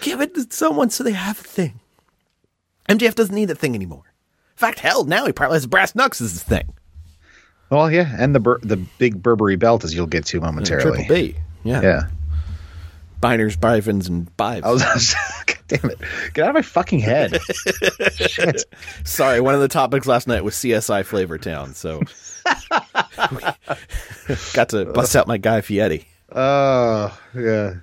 D: give it to someone so they have a thing. MJF doesn't need that thing anymore. In fact, hell, now he probably has brass knucks as his thing.
E: well, yeah, and the bur- the big Burberry belt, as you'll get to momentarily.
D: Triple B. Yeah.
E: Yeah,
D: Biners, bivins, and bives.
E: I was. I was- God damn it! Get out of my fucking head. Shit.
D: Sorry, one of the topics last night was CSI Flavor Town, so got to bust out my Guy Fieri.
E: Oh yeah.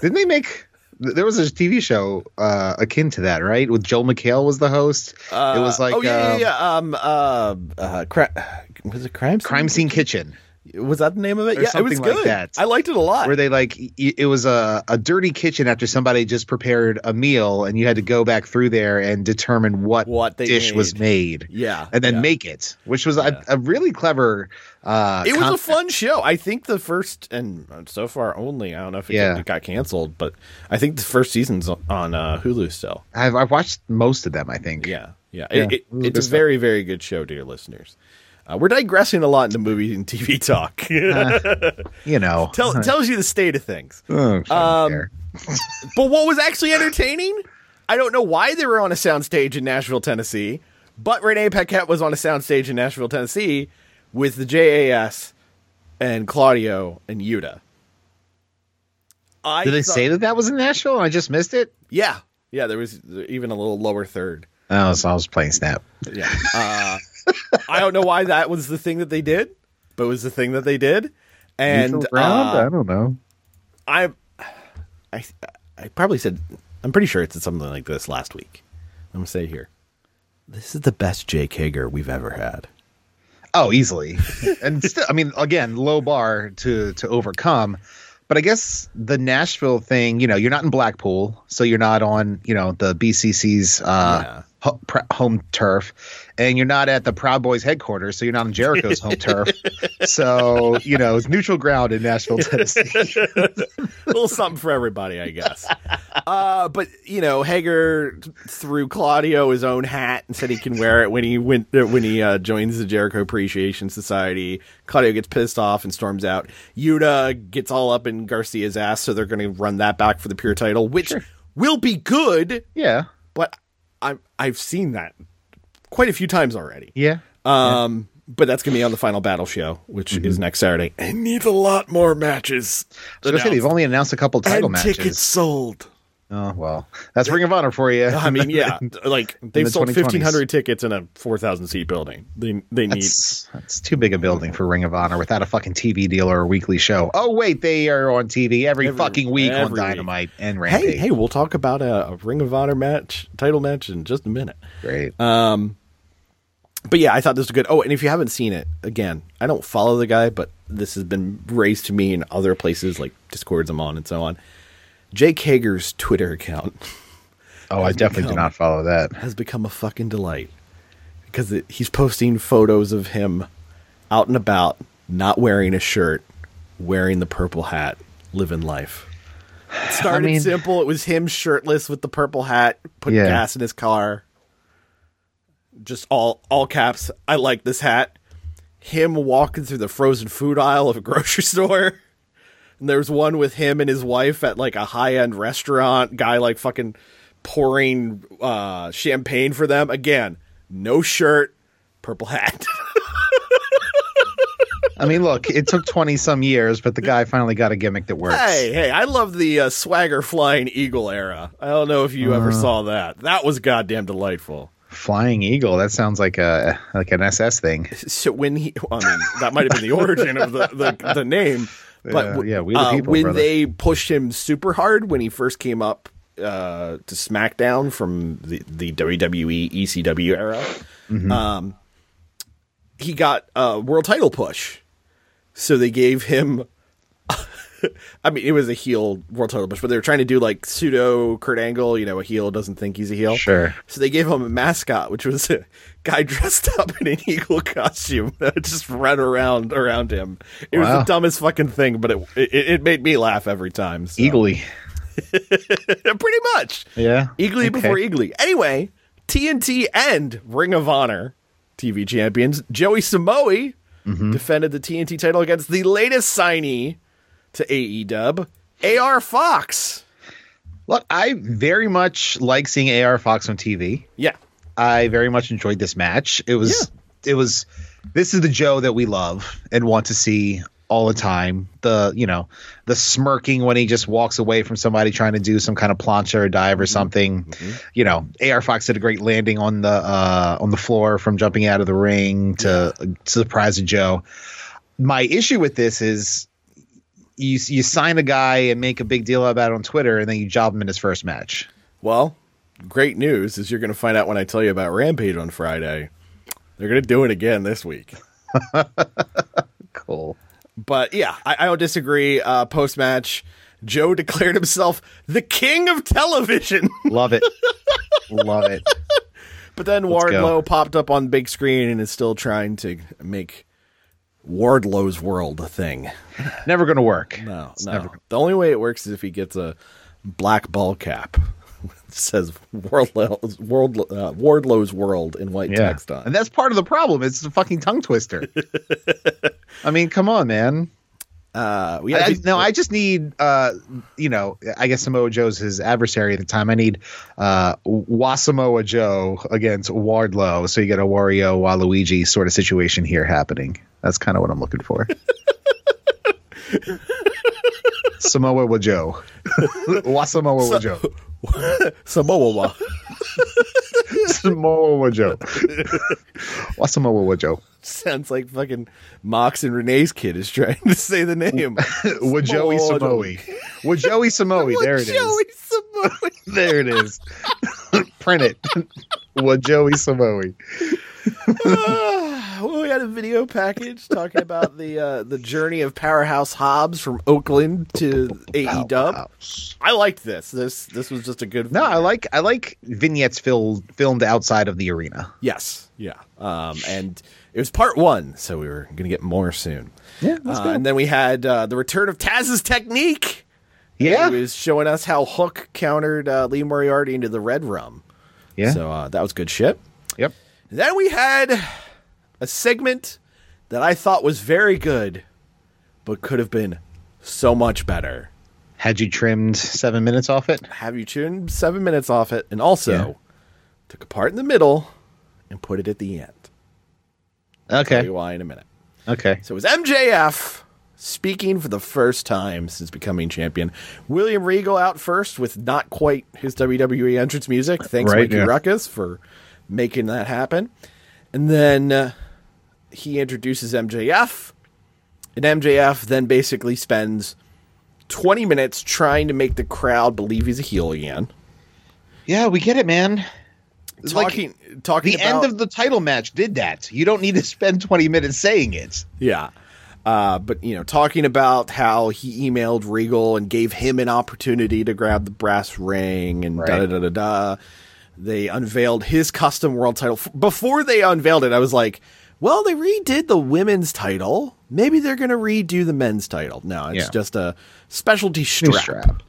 E: Didn't they make? th- There was a TV show uh, akin to that, right? With Joel McHale was the host. it was like
D: oh yeah,
E: um,
D: yeah, yeah. Um, uh, uh, cra- was it crime? Scene?
E: Crime Scene Kitchen,
D: was that the name of it?
E: or
D: yeah, it was
E: something like
D: good.
E: that.
D: I liked it a lot.
E: where they like y- it was a, a dirty kitchen after somebody just prepared a meal, and you had to go back through there and determine what
D: What they
E: dish was made.
D: Yeah,
E: and then
D: yeah.
E: make it, which was a, a really clever. Uh,
D: it was a
E: concept.
D: fun show. I think the first and uh, so far only. I don't know if it,
E: Yeah.
D: got, it got canceled, but I think the first season's on uh, Hulu still.
E: I've, I've watched most of them, I think.
D: Yeah, yeah.
E: Yeah,
D: It, it,
E: it was
D: it's
E: good
D: a
E: stuff.
D: very, very good show, dear listeners. Uh, we're digressing a lot into movie and TV talk.
E: you know.
D: Tell, tells you the state of things.
E: Oh, I don't
D: Um,
E: care.
D: But what was actually entertaining? I don't know why they were on a soundstage in Nashville, Tennessee, but Renee Paquette was on a soundstage in Nashville, Tennessee with the JAS and Claudio and Yuta. I
E: Did they
D: thought-
E: say that that was in Nashville? And I just missed it.
D: Yeah. Yeah, there was even a little lower third.
E: Oh, so I was playing Snap.
D: Yeah. Uh, I don't know why that was the thing that they did, but it was the thing that they did. And
E: Neutral ground?
D: uh,
E: I don't know.
D: I, I, I probably said, I'm pretty sure it's something like this last week. I'm gonna say it here, this is the best Jake Hager we've ever had.
E: Oh, easily. and still, I mean, again, low bar to to overcome. But I guess the Nashville thing, you know, you're not in Blackpool, so you're not on, you know, the BCC's uh,
D: Yeah.
E: ho- pre- home turf, and you're not at the Proud Boys headquarters, so you're not on Jericho's home turf. So you know, it's neutral ground in Nashville, Tennessee.
D: a little something for everybody, I guess. Uh, but you know, Hager threw Claudio his own hat and said he can wear it when he went uh, when he uh, joins the Jericho Appreciation Society. Claudio gets pissed off and storms out. Yuta gets all up in Garcia's ass, so they're going to run that back for the pure title, which will be good.
E: yeah,
D: but I I've seen that quite a few times already.
E: yeah.
D: Um, but that's gonna be on the final battle show, which
E: Mm-hmm.
D: is next Saturday. I need a lot more matches.
E: So say they've only announced a couple title
D: and
E: matches.
D: tickets sold.
E: Oh well, that's Ring of Honor for you.
D: I mean, yeah, like they've
E: the
D: sold
E: 2020s.
D: fifteen hundred tickets in a four thousand seat building. They they need
E: That's, that's too big a building for Ring of Honor without a fucking TV deal or a weekly show. Oh wait, they are on TV every, fucking week
D: every
E: on
D: week.
E: Dynamite and Rampage.
D: Hey, hey, we'll talk about a, a Ring of Honor match, title match in just a minute.
E: Great.
D: uh, But yeah, I thought this was good. Oh, and if you haven't seen it, again, I don't follow the guy, but this has been raised to me in other places like Discords I'm on and so on. Jake Hager's Twitter account
E: oh, I definitely do not follow that.
D: has become a fucking delight because it, he's posting photos of him out and about, not wearing a shirt, wearing the purple hat, living life. It started
E: mean-
D: simple. It was him shirtless with the purple hat, put
E: Yeah.
D: gas in his car. Just all all caps. I like this hat. Him walking through the frozen food aisle of a grocery store. And there's one with him and his wife at like a high end restaurant. Guy like fucking pouring uh, champagne for them. Again, no shirt, purple hat.
E: I mean, look, it took twenty some years, but the guy finally got a gimmick that works.
D: hey, hey, I love the uh, swagger flying eagle era. I don't know if you ever saw that. That was goddamn delightful.
E: Flying Eagle. That sounds like a like an SS thing.
D: So when he, I mean, that might have been the origin of the the, the name.
E: Yeah,
D: But
E: yeah, we the
D: uh,
E: people,
D: when
E: brother.
D: they pushed him super hard when he first came up uh, to SmackDown from the, the E, WWE ECW era,
E: Mm-hmm.
D: um, he got a world title push. So they gave him. I mean, it was a heel world title push, but they were trying to do like pseudo Kurt Angle. You know, a heel doesn't think he's a heel.
E: Sure.
D: So they gave him a mascot, which was a guy dressed up in an eagle costume that just ran around around him. It was
E: Wow.
D: the dumbest fucking thing, but it it, it made me laugh every time. so.
E: Eagly.
D: pretty much.
E: E- Yeah.
D: Eagly
E: Okay.
D: before Eagly. Anyway, TNT and Ring of Honor TV champions Joey Samoe
E: Mm-hmm.
D: defended the TNT title against the latest signee to E AEW, AR Fox.
E: Look, I very much like seeing AR Fox on TV.
D: Yeah.
E: I very much enjoyed this match. It was it was this is the Joe that we love and want to see all the time. The you know the smirking when he just walks away from somebody trying to do some kind of plancha or dive or something. You know, AR Fox did a great landing on the uh, on the floor from jumping out of the ring to surprise Joe. My issue with this is you you sign a guy and make a big deal about it on Twitter and then you job him in his first match.
D: Well, great news is you're going to find out when I tell you about Rampage on Friday. They're going to do it again this week.
E: Cool.
D: But yeah, I, I don't disagree. Uh, Post match, Joe declared himself the king of television.
E: Love it. Love it.
D: But then
E: go.
D: Wardlow popped up on big screen and is still trying to make Wardlow's world a thing.
E: Never going to work.
D: No, no. The only way it works is if he gets a black ball cap. It says Wardlow's, Ward, uh, Wardlow's world in white text on.
E: And that's part of the problem. It's a fucking tongue twister. I mean, come on, man.
D: Uh, we
E: I,
D: had
E: I,
D: the-
E: no, I just need, uh, you know, I guess Samoa Joe's his adversary at the time. I need uh, Wasamoa Joe against Wardlow. So you get a Wario Waluigi sort of situation here happening. That's kind of what I'm looking for. Samoa wa Joe. Wasamoa wa Joe.
D: Samoa. Wa.
E: Samoa wa Joe. Wasamoa wa Joe.
D: Sounds like fucking Mox and Renee's kid is trying to say the name.
E: With Joey
D: Samoa.
E: Samoe. With Joey Samoe. There it is.
D: Joey Samoa.
E: There it is. Print it. With Joey Samoe.
D: Ah, well, we had a video package talking about the uh, the journey of Powerhouse Hobbs from Oakland to AEW. I liked this. This this was just a good.
E: No, I like I like vignettes filled filmed outside of the arena.
D: Yes. Yeah. Um, and it was part one, so we were gonna get more soon.
E: Yeah,
D: Uh, and then we had uh, the return of Taz's technique.
E: yeah,
D: He was showing us how Hook countered uh, Lee Moriarty into the Red Rum.
E: yeah.
D: So uh, that was good shit.
E: Yep.
D: Then we had a segment that I thought was very good, but could have been so much better.
E: Had you trimmed seven minutes off it?
D: Have you tuned seven minutes off it, and also
E: Yeah.
D: took a part in the middle and put it at the end. Tell
E: Okay,
D: you why in a minute.
E: okay.
D: So it was MJF speaking for the first time since becoming champion. William Regal out first with not quite his WWE entrance music. Thanks,
E: Right,
D: Mikey
E: yeah.
D: Ruckus, for making that happen. And then uh, he introduces MJF. And MJF then basically spends 20 minutes trying to make the crowd believe he's a heel again.
E: Yeah, we get it, man. It's like
D: Talking, talking
E: the
D: about-
E: end of the title match did that. You don't need to spend twenty minutes saying it.
D: Yeah. Uh, but you know, talking about how he emailed Regal and gave him an opportunity to grab the brass ring and da da
E: Right.
D: da da da. They unveiled his custom world title. F- Before they unveiled it, I was like, "Well, they redid the women's title. Maybe they're going to redo the men's title." No, it's
E: Yeah.
D: just a specialty
E: New
D: strap.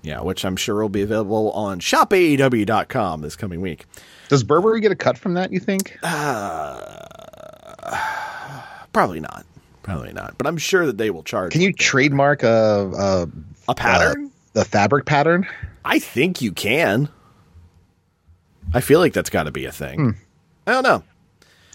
D: Yeah, which I'm sure will be available on E shopaew.com this coming week.
E: Does Burberry get a cut from that? You think?
D: Probably not. Probably not. But I'm sure that they will charge.
E: Can you trademark a a,
D: a pattern?
E: a the fabric pattern?
D: I think you can. I feel like that's got to be a thing.
E: Hmm.
D: I don't know.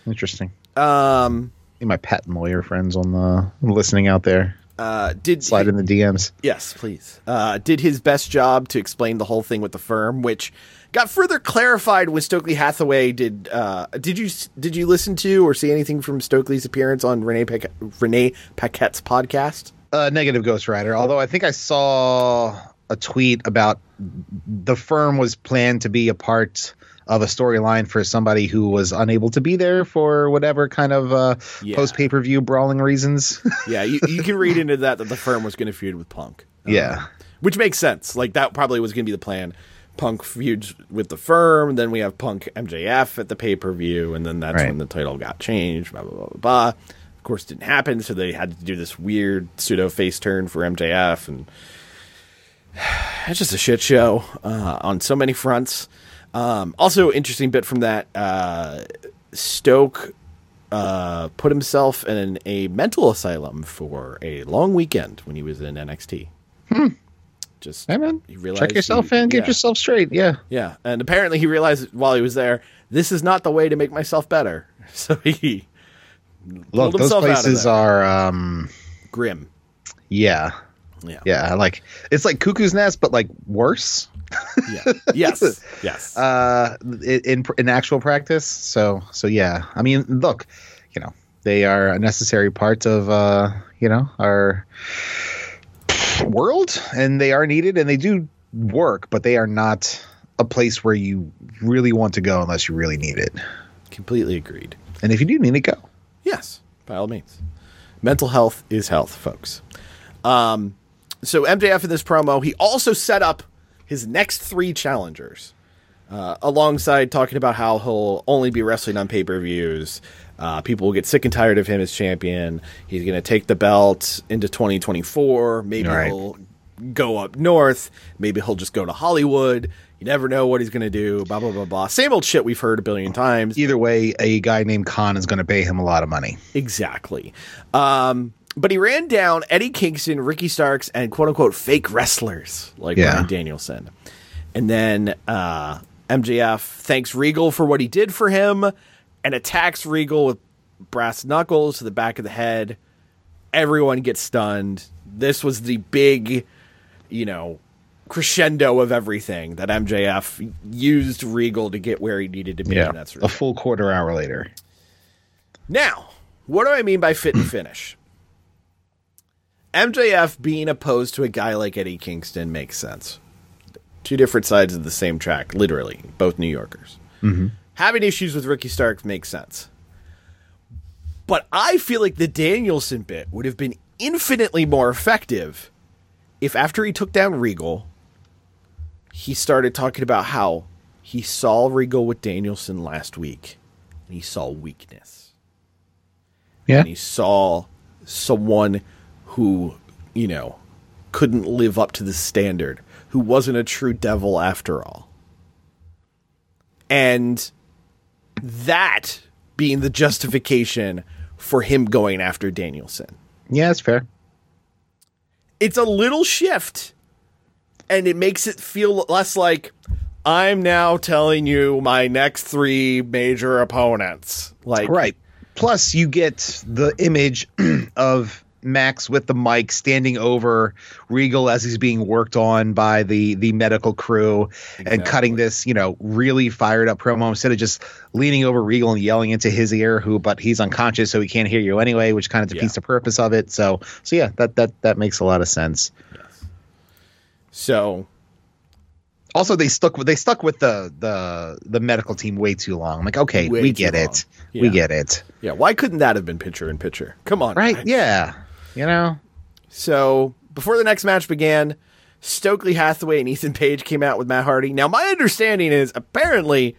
E: Interesting. Um, my patent lawyer friends on the listening out there.
D: Uh, did
E: Slide in the DMs.
D: Yes, please. Uh, did his best job to explain the whole thing with the firm, which got further clarified when Stokely Hathaway did. Uh, did you did you listen to or see anything from Stokely's appearance on Renee Paquette, Renee Paquette's podcast?
E: Uh, negative Ghost Rider. Although I think I saw a tweet about the firm was planned to be a part of a storyline for somebody who was unable to be there for whatever kind of uh,
D: Yeah.
E: post pay per view brawling reasons.
D: Yeah, you, you can read into that that the firm was going to feud with Punk.
E: yeah.
D: which makes sense. Like that probably was going to be the plan. Punk feuds with the firm, then we have Punk MJF at the pay per view, and then that's
E: Right.
D: when the title got changed. Blah blah blah blah. blah. Of course, didn't happen, so they had to do this weird pseudo face turn for MJF, and it's just a shit show uh, on so many fronts. Um, also, interesting bit from that uh, Stoke uh, put himself in a mental asylum for a long weekend when he was in NXT. Just
E: Hmm. Hey, man.
D: he realized
E: Check yourself
D: he-
E: in. Get
D: yeah,
E: yourself straight. Yeah.
D: Yeah, and apparently he realized while he was there, this is not the way to make myself better. So he
E: Look, those
D: himself out of
E: places
D: that.
E: are. Um,
D: grim.
E: yeah.
D: Yeah.
E: Yeah. Like, it's like Cuckoo's Nest, but like worse.
D: Yeah. Yes. Yes.
E: uh, in in- in actual practice. So so yeah, I mean, look, you know, they are a necessary part of uh, you know our world, and they are needed, and they do work, but they are not a place where you really want to go unless you really need it.
D: Completely agreed.
E: And if you do need to go,
D: Yes, by all means. Mental health is health, folks. Um, so MJF in this promo, he also set up his next three challengers, uh, alongside talking about how he'll only be wrestling on pay per views. Uh, people will get sick and tired of him as champion. He's going to take the belt into 2024. Maybe
E: Right.
D: he'll go up north. Maybe he'll just go to Hollywood. You never know what he's going to do. Blah blah blah blah. Same old shit we've heard a billion times.
E: either way, a guy named Khan is going to pay him a lot of money.
D: Exactly. Um, but he ran down Eddie Kingston, Ricky Starks, and quote unquote fake wrestlers like
E: Yeah.
D: Brian Danielson. And then uh, MJF thanks Regal for what he did for him and attacks Regal with brass knuckles to the back of the head. Everyone gets stunned. This was the big, you know, crescendo of everything that MJF used Regal to get where he needed to be. and that's
E: a full quarter hour later.
D: now, what do I mean by fit and finish? MJF being opposed to a guy like Eddie Kingston makes sense. Two different sides of the same track, literally, both New Yorkers. Having issues with Ricky Stark makes sense. But I feel like the Danielson bit would have been infinitely more effective if after he took down Regal, he started talking about how he saw Regal with Danielson last week and he saw weakness
E: Yeah,
D: and he saw someone who, you know, couldn't live up to the standard, who wasn't a true devil after all. And that being the justification for him going after Danielson.
E: yeah, that's fair.
D: It's a little shift and it makes it feel less like I'm now telling you my next three major opponents. Like
E: Right. Plus, you get the image of Max with the mic standing over Regal as he's being worked on by the the medical crew and cutting this, you know, really fired up promo instead of just leaning over Regal and yelling into his ear. Who, but he's unconscious, so he can't hear you anyway, which kind of defeats the purpose of it. So, so yeah, that that that makes a lot of sense.
D: so
E: Also, they stuck with they stuck with the the the medical team way too long. I'm like, okay,
D: Way
E: we
D: too
E: get it,
D: long.
E: we
D: Yeah.
E: get it,
D: yeah, why couldn't that have been picture in picture? Come on.
E: right?
D: guys.
E: Yeah, you know.
D: So before the next match began, Stokely Hathaway and Ethan Page came out with Matt Hardy. Now, my understanding is apparently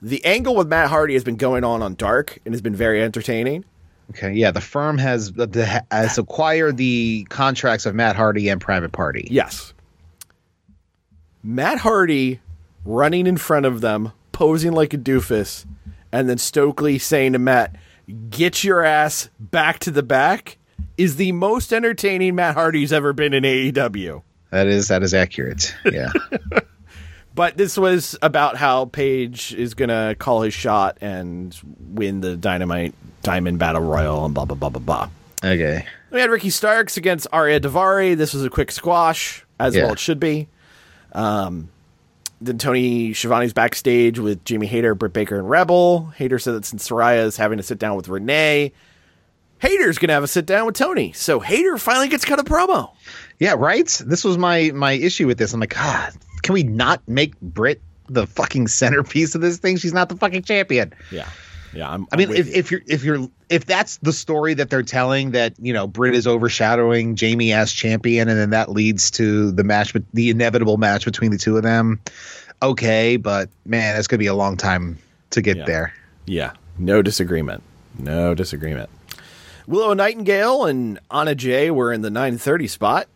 D: the angle with Matt Hardy has been going on on Dark and has been very entertaining.
E: Okay, yeah, the firm has the- the, has acquired the contracts of Matt Hardy and Private Party.
D: Yes. Matt Hardy running in front of them, posing like a doofus, and then Stokely saying to Matt, Get your ass back to the back is the most entertaining Matt Hardy's ever been in E AEW.
E: That is that is accurate. Yeah.
D: But this was about how Paige is gonna call his shot and win the Dynamite Diamond Battle Royal and blah blah blah blah blah.
E: Okay.
D: We had Ricky Starks against Arya Davari. This was a quick squash, as
E: Yeah.
D: well it should be. Um, then Tony Schiavone's backstage with Jamie Hayter, Britt Baker, and Rebel. Hayter said that since Soraya is having a sit down with Renee, Hayter's going to have a sit down with Tony. So Hayter finally gets cut a promo.
E: Yeah, right? This was my my issue with this. I'm like, God, can we not make Britt the fucking centerpiece of this thing? She's not the fucking champion.
D: Yeah. Yeah. I'm,
E: I mean, if, if you're if you're if that's the story that they're telling that you know Britt is overshadowing Jamie as champion, and then that leads to the match, bet- the inevitable match between the two of them. Okay, but man, that's gonna be a long time to get
D: Yeah.
E: there.
D: Yeah. No disagreement. No disagreement. Willow Nightingale and Anna Jay were in the 930 spot.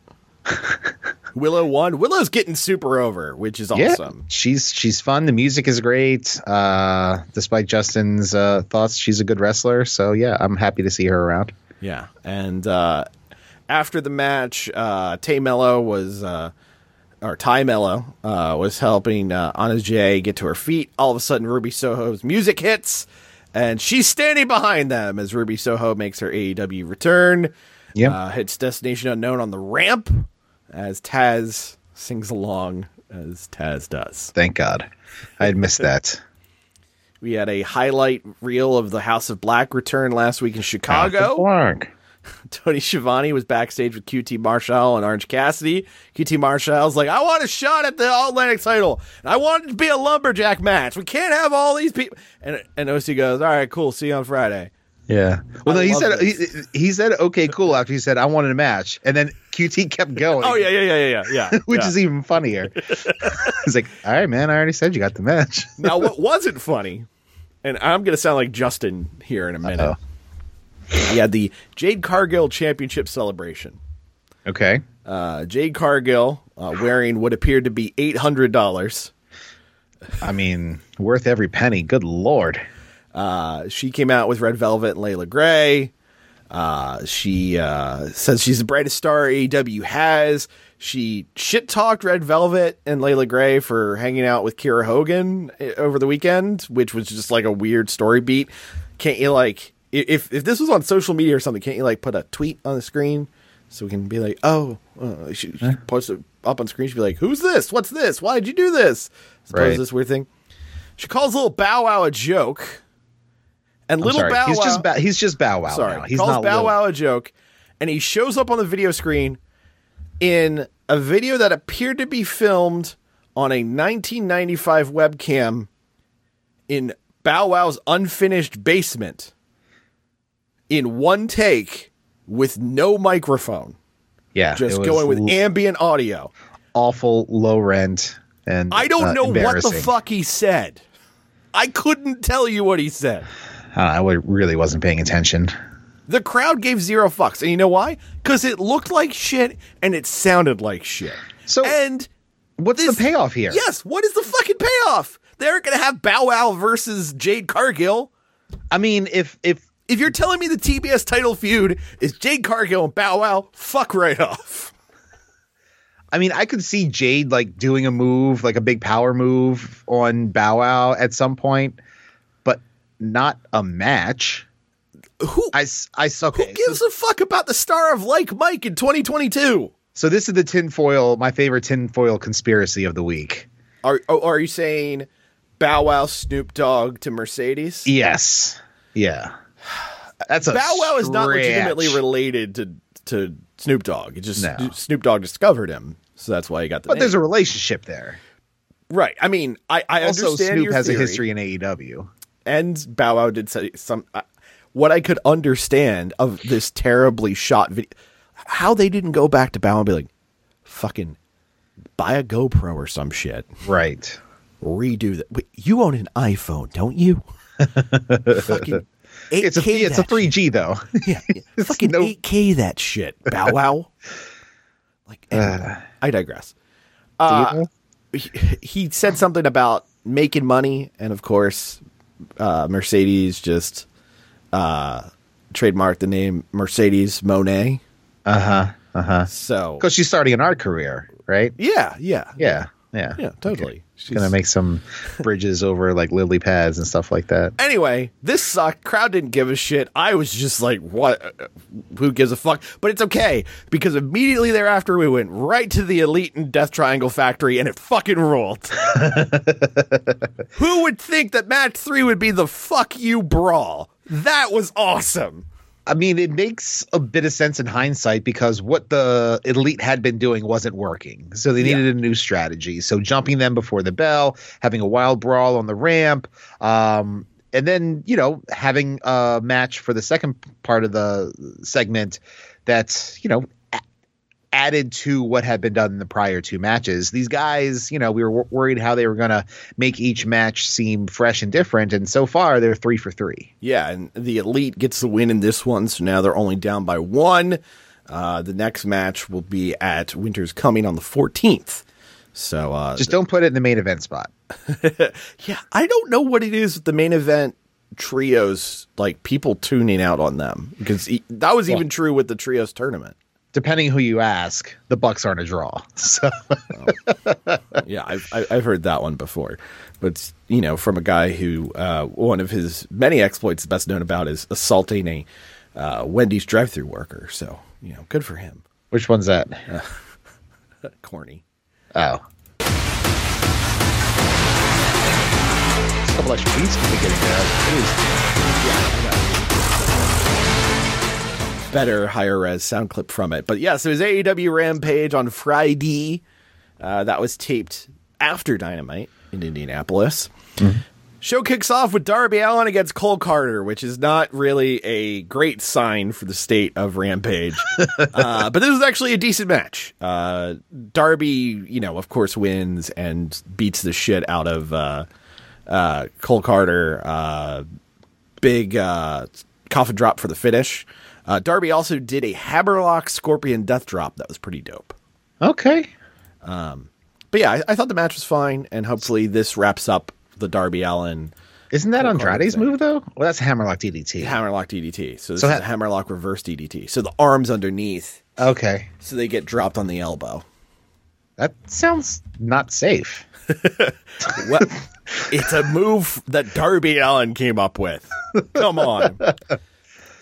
D: Willow won. Willow's getting super over, which is
E: Yeah,
D: awesome.
E: she's she's fun. The music is great. Uh, despite Justin's uh, thoughts, she's a good wrestler. So yeah, I'm happy to see her around.
D: Yeah. And uh, after the match, uh, Tay Mello was, uh, or Ty Mello uh, was helping uh, Anna Jay get to her feet. All of a sudden, Ruby Soho's music hits, and she's standing behind them as Ruby Soho makes her AEW return.
E: Yeah.
D: Uh, hits Destination Unknown on the ramp as Taz sings along as Taz does.
E: Thank God, I had missed that.
D: We had a highlight reel of the House of Black return last week in Chicago.
E: Blanc.
D: Tony Schiavone was backstage with QT Marshall and Orange Cassidy. QT Marshall's like, I want a shot at the All Atlantic title. And I want it to be a lumberjack match. We can't have all these people. And, and OC goes, All right, cool. See you on Friday.
E: Yeah. Well,
D: I
E: no, he
D: love
E: said he, he said okay, cool. After he said I wanted a match, and then QT kept going.
D: Oh, yeah, yeah, yeah, yeah, yeah. yeah.
E: which is even funnier. He's like, all right, man, I already said you got the match.
D: now, what wasn't funny, and I'm going to sound like Justin here in a minute.
E: Uh-oh.
D: We had the Jade Cargill Championship celebration.
E: Okay.
D: Uh, Jade Cargill uh, wearing what appeared to be $800.
E: I mean, worth every penny. Good lord.
D: Uh, she came out with Red Velvet and Layla Gray. Uh, she uh, says she's the brightest star AEW has. She shit talked Red Velvet and Layla Gray for hanging out with Kira Hogan eh, over the weekend, which was just like a weird story beat. Can't you like i- if if this was on social media or something? Can't you like put a tweet on the screen so we can be like, oh, uh, she, she posts it up on screen. She'd be like, who's this? What's this? Why did you do this? Suppose
E: Right.
D: this weird thing. She calls little Bow Wow a joke, and
E: I'm
D: little
E: sorry.
D: Bow Wow.
E: he's just bow, he's just bow wow.
D: sorry,
E: now. He's
D: calls
E: not
D: Bow
E: Lil.
D: Wow a joke, and he shows up on the video screen in a video that appeared to be filmed on a 1995 webcam in Bow Wow's unfinished basement in one take with no microphone,
E: Yeah,
D: just
E: it was
D: going with
E: l-
D: ambient audio.
E: awful low rent and
D: I don't
E: uh,
D: know what the
E: embarrassing.
D: fuck he said. I couldn't tell you what he said.
E: I, don't know, I really wasn't paying attention.
D: The crowd gave zero fucks. And you know why? Because it looked like shit and it sounded like shit.
E: So-
D: and
E: What's
D: This-
E: the payoff here?
D: yes, what is the fucking payoff? They're gonna have Bow Wow versus Jade Cargill.
E: I mean, if if
D: If you're telling me the TBS title feud is Jade Cargill and Bow Wow, fuck right off.
E: I mean, I could see Jade like doing a move, like a big power move on Bow Wow at some point, but not a match.
D: Who
E: I, s- I s- okay, so-
D: gives a fuck about the star of Like Mike in 2022?
E: so this is the tinfoil, my favorite tinfoil conspiracy of the week.
D: Are oh, are you saying Bow Wow Snoop Dogg to Mercedes?
E: Yes. Yeah. That's a
D: Bow Wow is not
E: stretch.
D: legitimately related to to Snoop Dogg. It just
E: No.
D: Snoop Dogg discovered him, so that's why he got the
E: But
D: name.
E: there's a relationship there.
D: right. I mean, I, I
E: Also,
D: understand
E: Snoop
D: your
E: has a E
D: theory,
E: history in AEW.
D: and Bow Wow did say some. Uh, what I could understand of this terribly shot video, how they didn't go back to Bow Wow and be like, "Fucking buy a GoPro or some shit,
E: Right.
D: redo that." Wait, you own an iPhone, don't you? Fucking. 8K
E: It's a it's a
D: that
E: 3G though.
D: Yeah, yeah. fucking
E: no-
D: 8K that shit. Bow wow. like, anyway, I digress. Uh, he, he said something about making money, and of course, uh, Mercedes just uh, trademarked the name Mercedes Monet. Uh huh. Uh huh. So
E: Because she's starting an art career, right?
D: yeah, yeah,
E: Yeah. Yeah.
D: yeah, totally.
E: She's gonna make some bridges over like lily pads and stuff like that.
D: Anyway, this sucked. Crowd didn't give a shit. I was just like, what? Who gives a fuck? But it's okay because immediately thereafter we went right to the Elite and Death Triangle Factory and it fucking ruled. Who would think that match three would be the fuck you brawl? That was awesome.
E: I mean, it makes a bit of sense in hindsight because what the elite had been doing wasn't working. So they needed a new strategy. So jumping them before the bell, having a wild brawl on the ramp, um, and then you know having a match for the second part of the segment that's you know a- added to what had been done in the prior two matches. These guys, you know, we were wor- worried how they were going to make each match seem fresh and different, and so far they're three for three.
D: Yeah, and the Elite gets the win in this one, so now they're only down by one. Uh, the next match will be at Winter's Coming on the 14th. So uh,
E: Just don't put it in the main event spot.
D: Yeah, I don't know what it is with the main event trios, like people tuning out on them because e- that was even true with the trios tournament.
E: depending who you ask, the Bucks aren't a draw. So
D: yeah, I've I- I've heard that one before, but you know, from a guy who uh, one of his many exploits, best known about, is assaulting a uh, Wendy's drive-through worker. So you know, good for him.
E: which one's that?
D: Corny.
E: Oh. There's a couple extra beats could be getting there. Jeez.
D: better higher res sound clip from it. But yeah, so it was AEW Rampage on Friday. Uh, that was taped after Dynamite in Indianapolis. Show kicks off with Darby Allen against Cole Carter, which is not really a great sign for the state of Rampage. uh, but this was actually a decent match. Uh, Darby, you know, of course, wins and beats the shit out of uh, uh, Cole Carter. Uh, big uh, coffin drop for the finish. Uh, Darby also did a Hammerlock Scorpion Death Drop that was pretty dope.
E: Okay.
D: But yeah, I, I thought the match was fine, and hopefully this wraps up the Darby Allen
E: Isn't that Andrade's move though? Well, that's Hammerlock DDT.
D: Hammerlock DDT. So this
E: So
D: is
E: ha-
D: a Hammerlock Reverse DDT. So the arms underneath,
E: okay.
D: so they get dropped on the elbow.
E: That sounds not safe.
D: Well, it's a move that Darby Allen came up with. Come on.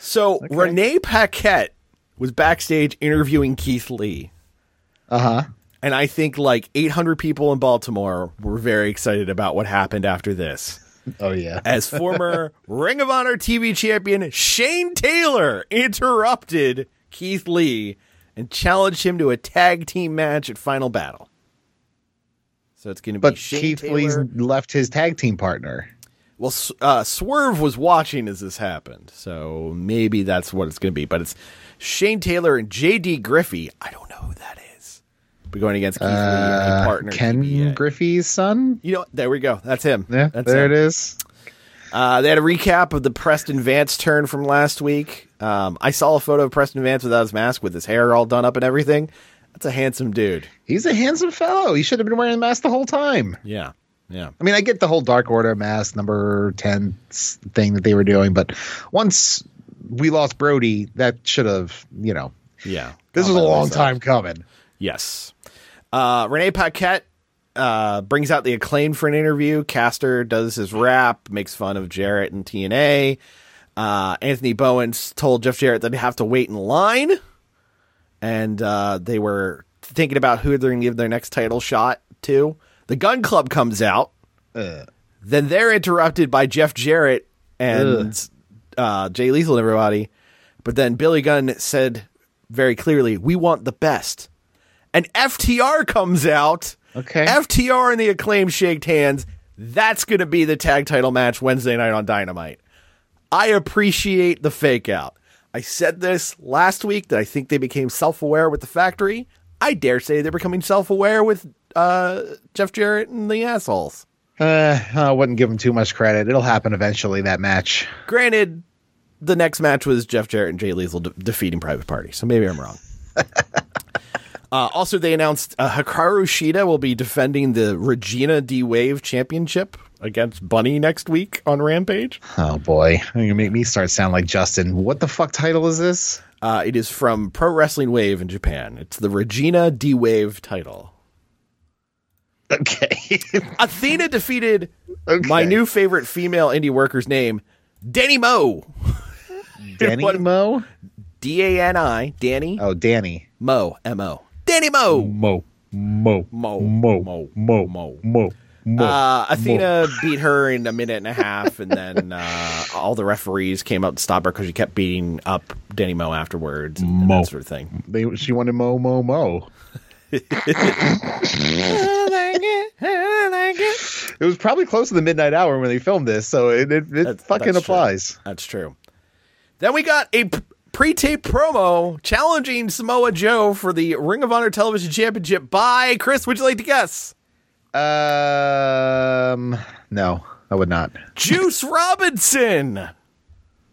D: So Renee Paquette was backstage interviewing Keith Lee.
E: Uh huh.
D: And I think like 800 people in Baltimore were very excited about what happened after this.
E: Oh yeah.
D: As former Ring of Honor TV champion Shane Taylor interrupted Keith Lee and challenged him to a tag team match at Final Battle. So it's going to be
E: But
D: Shane
E: Keith
D: Taylor.
E: Lee's left his tag team partner.
D: Well, S- uh, Swerve was watching as this happened, so maybe that's what it's going to be. But it's Shane Taylor and J.D. Griffey. I don't know who that is. But going against Keith Lee and a partner
E: Uh, Ken
D: TBA.
E: Griffey's son.
D: You know, there we go. That's him.
E: Yeah,
D: That's
E: there
D: him.
E: it is.
D: Uh, they had a recap of the Preston Vance turn from last week. Um, I saw a photo of Preston Vance without his mask, with his hair all done up and everything. That's a handsome dude.
E: He's a handsome fellow. He should have been wearing a mask the whole time.
D: Yeah, yeah.
E: I mean, I get the whole Dark Order mask number 10 s- thing that they were doing, but once we lost Brody, that should have, you know,
D: Yeah.
E: this
D: I'll
E: was a
D: buy
E: long
D: myself.
E: time coming.
D: Yes. Uh, Renee Paquette uh, brings out the acclaim for an interview. Caster does his rap, makes fun of Jarrett and TNA. Uh, Anthony Bowens told Jeff Jarrett that they have to wait in line, and uh, they were thinking about who they're going to give their next title shot to. The Gun Club comes out. Then they're interrupted by Jeff Jarrett and uh, Jay Lethal and everybody. But then Billy Gunn said very clearly, "We want the best." And FTR comes out.
E: Okay.
D: FTR and the Acclaim shake hands. That's going to be the tag title match Wednesday night on Dynamite. I appreciate the fake out. I said this last week that I think they became self aware with the factory. I dare say they're becoming self aware with uh, Jeff Jarrett and the assholes.
E: Uh, I wouldn't give him too much credit. It'll happen eventually, that match.
D: Granted, the next match was Jeff Jarrett and Jay Lethal de- defeating Private Party, so maybe I'm wrong. uh, also, they announced uh, Hikaru Shida will be defending the Regina D Wave Championship against Bunny next week on Rampage.
E: Oh, boy. You're going to make me start sound like Justin. What the fuck title is this?
D: Uh, it is from Pro Wrestling Wave in Japan. It's the Regina D Wave title.
E: Okay.
D: Athena defeated
E: Okay.
D: my new favorite female indie worker's name, Danny Mo.
E: Danny
D: What-
E: Mo?
D: D A N I, Danny
E: Oh, Danny.
D: Mo, M O. Danny Mo.
E: Mo. Mo.
D: Mo.
E: Mo.
D: Mo.
E: Mo.
D: Mo.
E: Mo. Mo.
D: Uh, Athena beat her in a minute and a half, and then uh, all the referees came up to stop her because she kept beating up Danny Mo afterwards and, and
E: Mo.
D: that sort of thing.
E: They, she wanted Mo Mo Mo. It was probably close to the midnight hour when they filmed this, so it, it, it
D: That's-
E: fucking
D: that's true.
E: applies.
D: That's true. Then we got a p- pre-tape promo challenging Samoa Joe for the Ring of Honor Television Championship by Chris. Would you like to guess?
E: Um, no, I would not.
D: Juice Robinson.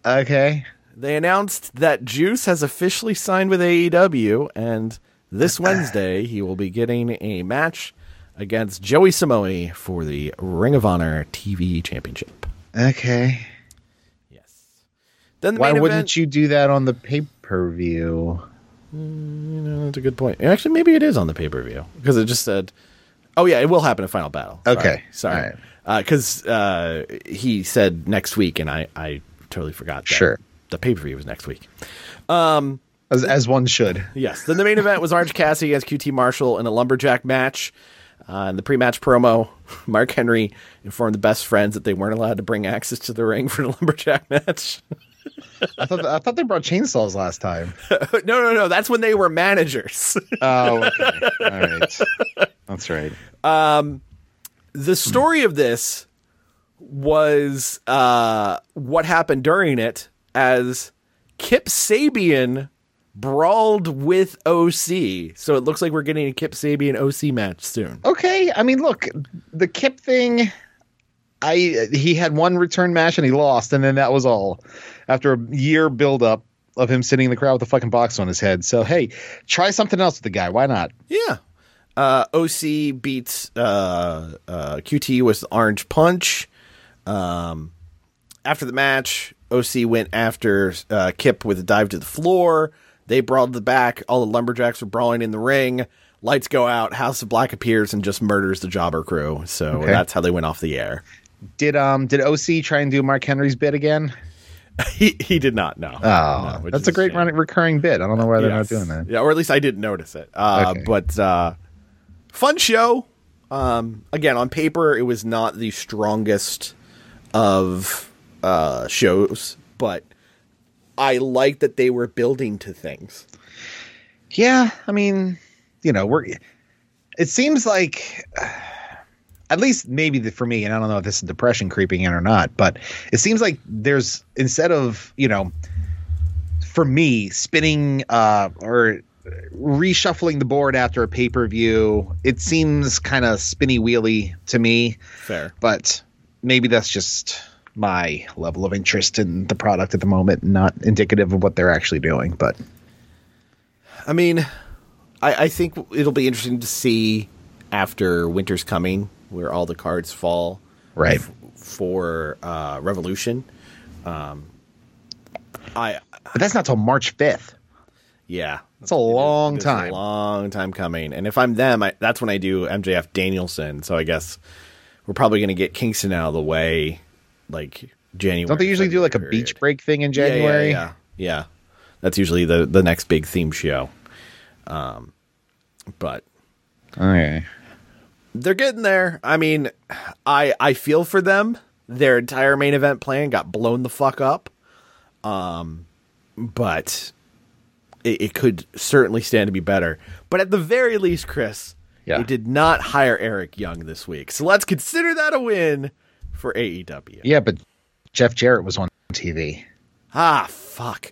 E: Okay.
D: They announced that Juice has officially signed with AEW, and this Wednesday he will be getting a match against Joey Samoa for the Ring of Honor TV Championship.
E: Okay.
D: Yes. Then the
E: Why
D: main
E: wouldn't
D: event-
E: you do that on the pay per view?
D: No, that's a good point. Actually, maybe it is on the pay per view because it just said, "Oh yeah, it will happen in Final Battle." Sorry.
E: Okay. All
D: sorry,
E: right.
D: because uh, he said next week, and I I totally forgot. That
E: Sure.
D: the pay per view was next week.
E: As, as one should.
D: Yes. Then the main event was Orange Cassidy against QT Marshall in a lumberjack match. Uh, in the pre-match promo, Mark Henry informed the best friends that they weren't allowed to bring axes to the ring for the lumberjack match.
E: I thought I thought they brought chainsaws last time.
D: no, no, no. That's when they were managers.
E: Oh, okay. all right. That's right.
D: the story of this was uh, what happened during it as Kip Sabian brawled with OC. So it looks like we're getting a Kip Sabian OC match soon.
E: Okay. I mean, look, the Kip thing. I he had one return match and he lost, and then that was all. After a year buildup of him sitting in the crowd with a fucking box on his head. So hey, try something else with the guy. Why not?
D: Yeah. Uh, OC beats uh, uh, QT with the orange punch. Um, after the match, OC went after uh, Kip with a dive to the floor. They brawled the back. All the lumberjacks were brawling in the ring. Lights go out. House of Black appears and just murders the jobber crew. So that's how they went off the air.
E: Did um did OC try and do Mark Henry's bit again?
D: He, he did not know.
E: Oh, that's a great
D: running.
E: running, recurring bit. I don't know why they're not
D: Yes.
E: doing that.
D: Yeah, or at least I didn't notice it. Uh,
E: Okay.
D: But uh, fun show. Um, again, on paper, it was not the strongest of uh, shows, but I like that they were building to things.
E: Yeah, I mean, you know, we're. It seems like, uh, at least maybe the, for me, and I don't know if this is depression creeping in or not, but it seems like there's instead of you know, for me, spinning uh, or reshuffling the board after a pay per view, it seems kind of spinny wheely to me.
D: Fair.
E: but maybe that's just my level of interest in the product at the moment, not indicative of what they're actually doing. But
D: I mean, I, I think it'll be interesting to see after Winter's Coming, where all the cards fall
E: right,
D: for uh, Revolution. Um, I
E: but that's not till March fifth.
D: Yeah,
E: It's a long
D: It is
E: time.
D: a long time coming. And if I'm them, I, that's when I do MJF Danielson. So I guess we're probably going to get Kingston out of the way, like January.
E: Don't they usually do like a
D: February
E: beach
D: period.
E: break thing in
D: Yeah, yeah,
E: January?
D: Yeah, yeah, That's usually the the next big theme show. Um, but
E: Okay.
D: they're getting there. I mean, I I feel for them. Their entire main event plan got blown the fuck up. Um, but it, it could certainly stand to be better. But at the very least, Chris,
E: Yeah.
D: they did not hire Eric Young this week, so let's consider that a win for E AEW.
E: Yeah, but Jeff Jarrett was on TV.
D: Ah, fuck.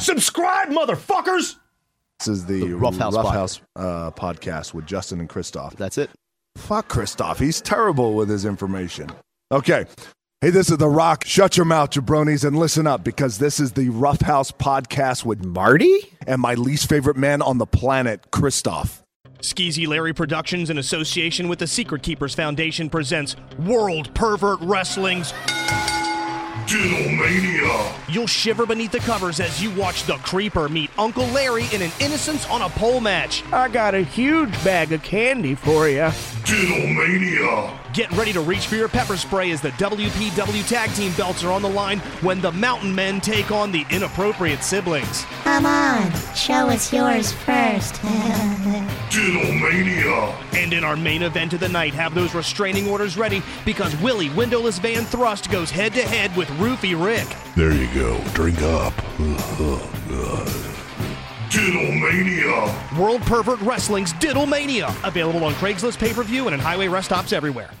C: Subscribe, motherfuckers!
G: This is the,
H: The Rough House
G: Roughhouse, uh, podcast with Justin and Christoph.
H: That's it.
G: Fuck Christoph. He's terrible with his information. Okay. Hey, this is The Rock. Shut your mouth, jabronis, and listen up because this is the Rough House podcast with
D: Marty?
G: and my least favorite man on the planet, Christoph.
C: Skeezy Larry Productions, in association with the Secret Keepers Foundation, presents World Pervert Wrestling's
B: Diddlemania.
C: You'll shiver beneath the covers as you watch the creeper meet Uncle Larry in an innocence on a pole match.
I: I got a huge bag of candy for you.
B: Diddlemania.
C: Get ready to reach for your pepper spray as the WPW tag team belts are on the line when the Mountain Men take on the inappropriate siblings.
J: Come on, show us yours first.
B: Diddlemania.
C: And in our main event of the night, have those restraining orders ready because Willie Windowless Van Thrust goes head to head with Roofy Rick.
B: There you go. Drink up. Diddlemania.
C: World Pervert Wrestling's Diddlemania. Available on Craigslist pay per view and in highway rest stops everywhere.